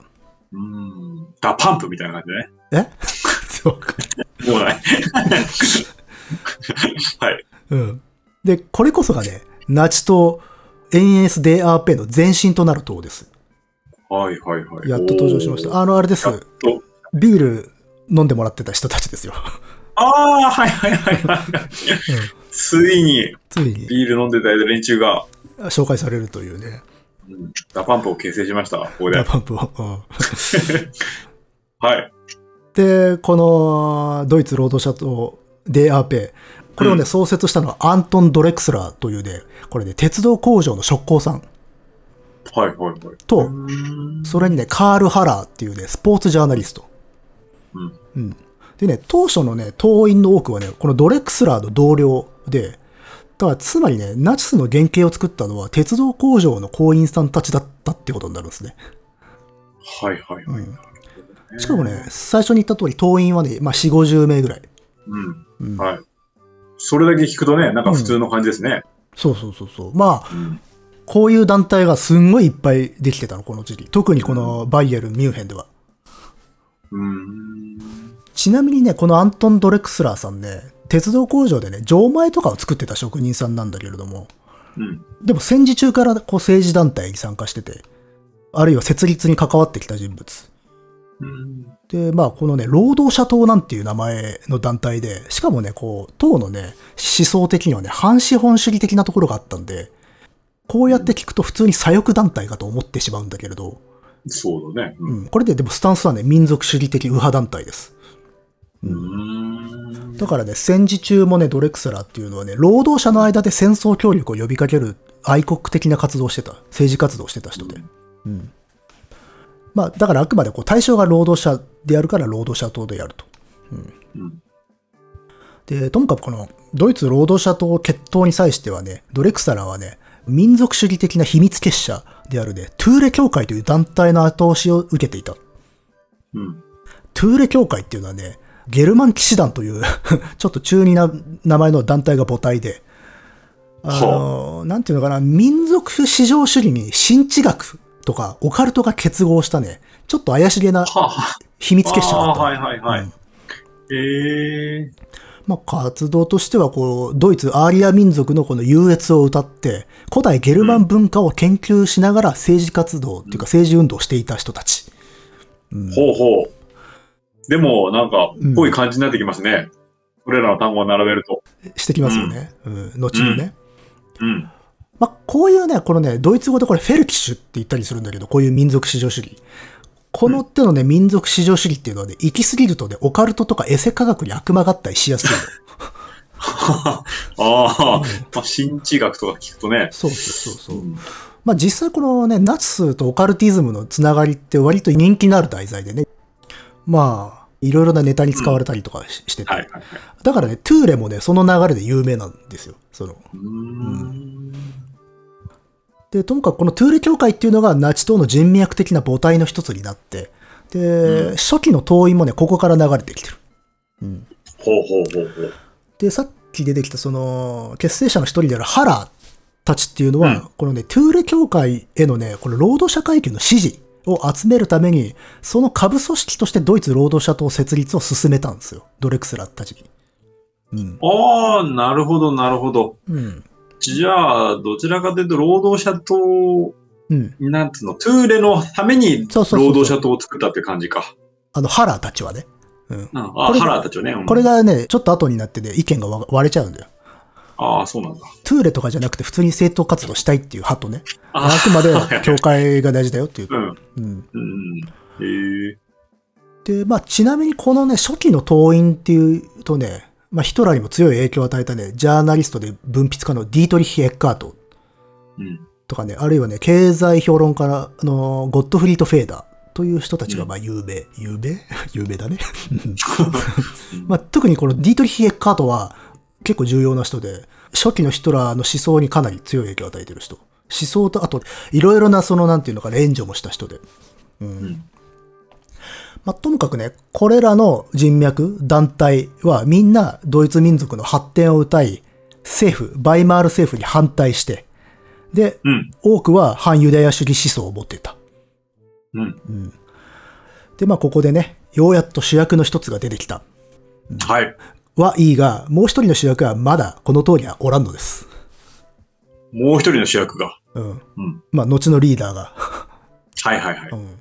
Speaker 2: うん。ダパンプみたいな感じ
Speaker 1: え そうか。
Speaker 2: ね。もうない。 はい。
Speaker 1: うん。で、これこそがね、ナチ党、NSDAP の前身となる党です。
Speaker 2: はいはいはい。
Speaker 1: やっと登場しまし
Speaker 2: お
Speaker 1: た。
Speaker 2: ー。
Speaker 1: あの、あれで
Speaker 2: やっ
Speaker 1: す。
Speaker 2: と。
Speaker 1: ビール飲んでもらってた人たちですよ。
Speaker 2: ああ、はいはいはいはい。
Speaker 1: うん
Speaker 2: ついに、
Speaker 1: ついに
Speaker 2: ビール飲んでた連中が、
Speaker 1: 紹介されるというね、
Speaker 2: うんダパンプを形成しました、ここで
Speaker 1: ダ。パンプを。うん
Speaker 2: はい。
Speaker 1: で、このドイツ労働者党 DAP、これをね、
Speaker 2: うん
Speaker 1: 創設したのはアントン・ドレクスラーというね、これね、鉄道工場の職工さん。
Speaker 2: はいはいはい。
Speaker 1: と、それにね、カール・ハラーっていうね、スポーツジャーナリスト。
Speaker 2: うん。
Speaker 1: うん。でね、当初のね、党員の多くはね、このドレクスラーの同僚で、だからつまりね、ナチスの原型を作ったのは鉄道工場の工員さんたちだったってことになるんですね。
Speaker 2: はいはいは
Speaker 1: うん、しかもね、最初に言った通り、党員はね、まあ、4、50名ぐらい。
Speaker 2: うん。
Speaker 1: うん
Speaker 2: はい。それだけ聞くとね、なんか普通の感じですね。
Speaker 1: そうそうそうそう。まあ、
Speaker 2: うん。
Speaker 1: こういう団体がすんごいいっぱいできてたの、この時期。特にこのバイエルン、ミュンヘンでは。
Speaker 2: うん。
Speaker 1: ちなみにね、このアントン・ドレクスラーさんね、鉄道工場でね、錠前とかを作ってた職人さんなんだけれども、
Speaker 2: うん。
Speaker 1: でも戦時中からこう政治団体に参加してて、あるいは設立に関わってきた人物。
Speaker 2: うん。
Speaker 1: で、まあ、このね、労働者党なんていう名前の団体で、しかもね、こう、党のね、思想的にはね、反資本主義的なところがあったんで、こうやって聞くと普通に左翼団体かと思ってしまうんだけれど、
Speaker 2: そうだね。
Speaker 1: う
Speaker 2: うん
Speaker 1: ん、これででもスタンスはね、民族主義的右派団体です。
Speaker 2: うーん。
Speaker 1: だからね、戦時中もね、ドレクスラーっていうのはね、労働者の間で戦争協力を呼びかける愛国的な活動をしてた、政治活動をしてた人で。うん。まあ、だからあくまでこう対象が労働者であるから労働者党でやると。
Speaker 2: うん。
Speaker 1: で、ともかくこのドイツ労働者党決闘に際してはね、ドレクサラーはね、民族主義的な秘密結社であるね、トゥーレ協会という団体の後押しを受けていた。
Speaker 2: うん。
Speaker 1: トゥーレ協会っていうのはね、ゲルマン騎士団という、 ちょっと中二な名前の団体が母体で、あの、なんていうのかな、民族至上主義に新知学とかオカルトが結合したね、ちょっと怪しげな
Speaker 2: はあ。
Speaker 1: 秘密結社だ
Speaker 2: あ
Speaker 1: っ
Speaker 2: あ
Speaker 1: たの。
Speaker 2: はいはいは
Speaker 1: う
Speaker 2: い
Speaker 1: ん。
Speaker 2: ええ。
Speaker 1: まあ、活動としてはこう、ドイツアーリア民族のこの優越を歌って、古代ゲルマン文化を研究しながら政治活動っていうか政治運動をしていた人たち。うん
Speaker 2: ほうほう。でも、なんか、
Speaker 1: うん
Speaker 2: 濃い感じになってきますね。これらの単語を並べると。
Speaker 1: してきますよね。うん、後にね。
Speaker 2: うん。
Speaker 1: まあ、こういうね、このね、ドイツ語でこれフェルキッシュって言ったりするんだけど、こういう民族至上主義。この手のね、民族至上主義っていうのはね、行き過ぎるとね、オカルトとかエセ科学に悪魔合体しやすいの。
Speaker 2: ああ、まあ、新知学とか聞くとね。
Speaker 1: そうそうそうそう。
Speaker 2: ん
Speaker 1: まあ実際このね、ナチスとオカルティズムのつながりって割と人気のある題材でね。まあ、いろいろなネタに使われたりとかし,、てて。
Speaker 2: はいはいはい。
Speaker 1: だからね、トゥーレもね、その流れで有名なんですよ。その。
Speaker 2: うーん。
Speaker 1: で、ともかくこのトゥーレ教会っていうのがナチ党の人脈的な母体の一つになって、で、
Speaker 2: う
Speaker 1: 初期の党員もね、ここから流れてきてる。
Speaker 2: ほうほうほうほう。
Speaker 1: で、さっき出てきたその、結成者の一人であるハラーたちっていうのは、
Speaker 2: うん
Speaker 1: このね、トゥーレ教会へのね、この労働者階級の支持を集めるために、その下部組織としてドイツ労働者党設立を進めたんですよ。ドレクスラーたちに。うん。
Speaker 2: ああ、なるほどなるほど。
Speaker 1: うん。
Speaker 2: じゃあ、どちらかというと、労働者党、
Speaker 1: うん。
Speaker 2: なんつうの、トゥーレのために
Speaker 1: そうそうそうそう
Speaker 2: 労働者党を作ったって感じか。
Speaker 1: あの、ハラーたちはね。うん。
Speaker 2: うん、
Speaker 1: こ
Speaker 2: あ
Speaker 1: れ
Speaker 2: あ、
Speaker 1: が
Speaker 2: ハラーたちをね。うん
Speaker 1: これがね、ちょっと後になってね、意見がわ割れちゃうんだよ。
Speaker 2: ああ、そうなんだ。
Speaker 1: トゥーレとかじゃなくて普通に政党活動したいっていう派とね、
Speaker 2: あ
Speaker 1: あ
Speaker 2: あ、
Speaker 1: くまで教会が大事だよっていう
Speaker 2: う。ん。
Speaker 1: うん
Speaker 2: うん。へえ。
Speaker 1: で、まあちなみにこのね、初期の党員っていうとね、まあヒトラーにも強い影響を与えたね、ジャーナリストで文筆家のディートリヒ・エッカート
Speaker 2: うん。
Speaker 1: とかね、あるいはね、経済評論家のあのゴッドフリート・フェーダーという人たちが
Speaker 2: うん
Speaker 1: まあ有名、有 名有名 だね。まあ特にこのディートリヒ・エッカートは結構重要な人で、初期のヒトラーの思想にかなり強い影響を与えてる人。思想と、あと、いろいろなその、なんていうのかな、援助もした人で。うん
Speaker 2: うん。
Speaker 1: まあ、ともかくね、これらの人脈、団体はみんなドイツ民族の発展を謳い、政府、バイマール政府に反対して、で、
Speaker 2: うん。
Speaker 1: 多くは反ユダヤ主義思想を持っていた。
Speaker 2: うん。
Speaker 1: うん。で、まあ、ここでね、ようやっと主役の一つが出てきた。
Speaker 2: はい。
Speaker 1: はいいが、もう一人の主役はまだこの通りはおらんのです。
Speaker 2: もう一人の主役が。
Speaker 1: うん。
Speaker 2: うん。
Speaker 1: まあ、後のリーダーが。
Speaker 2: はいはいはい。
Speaker 1: うん。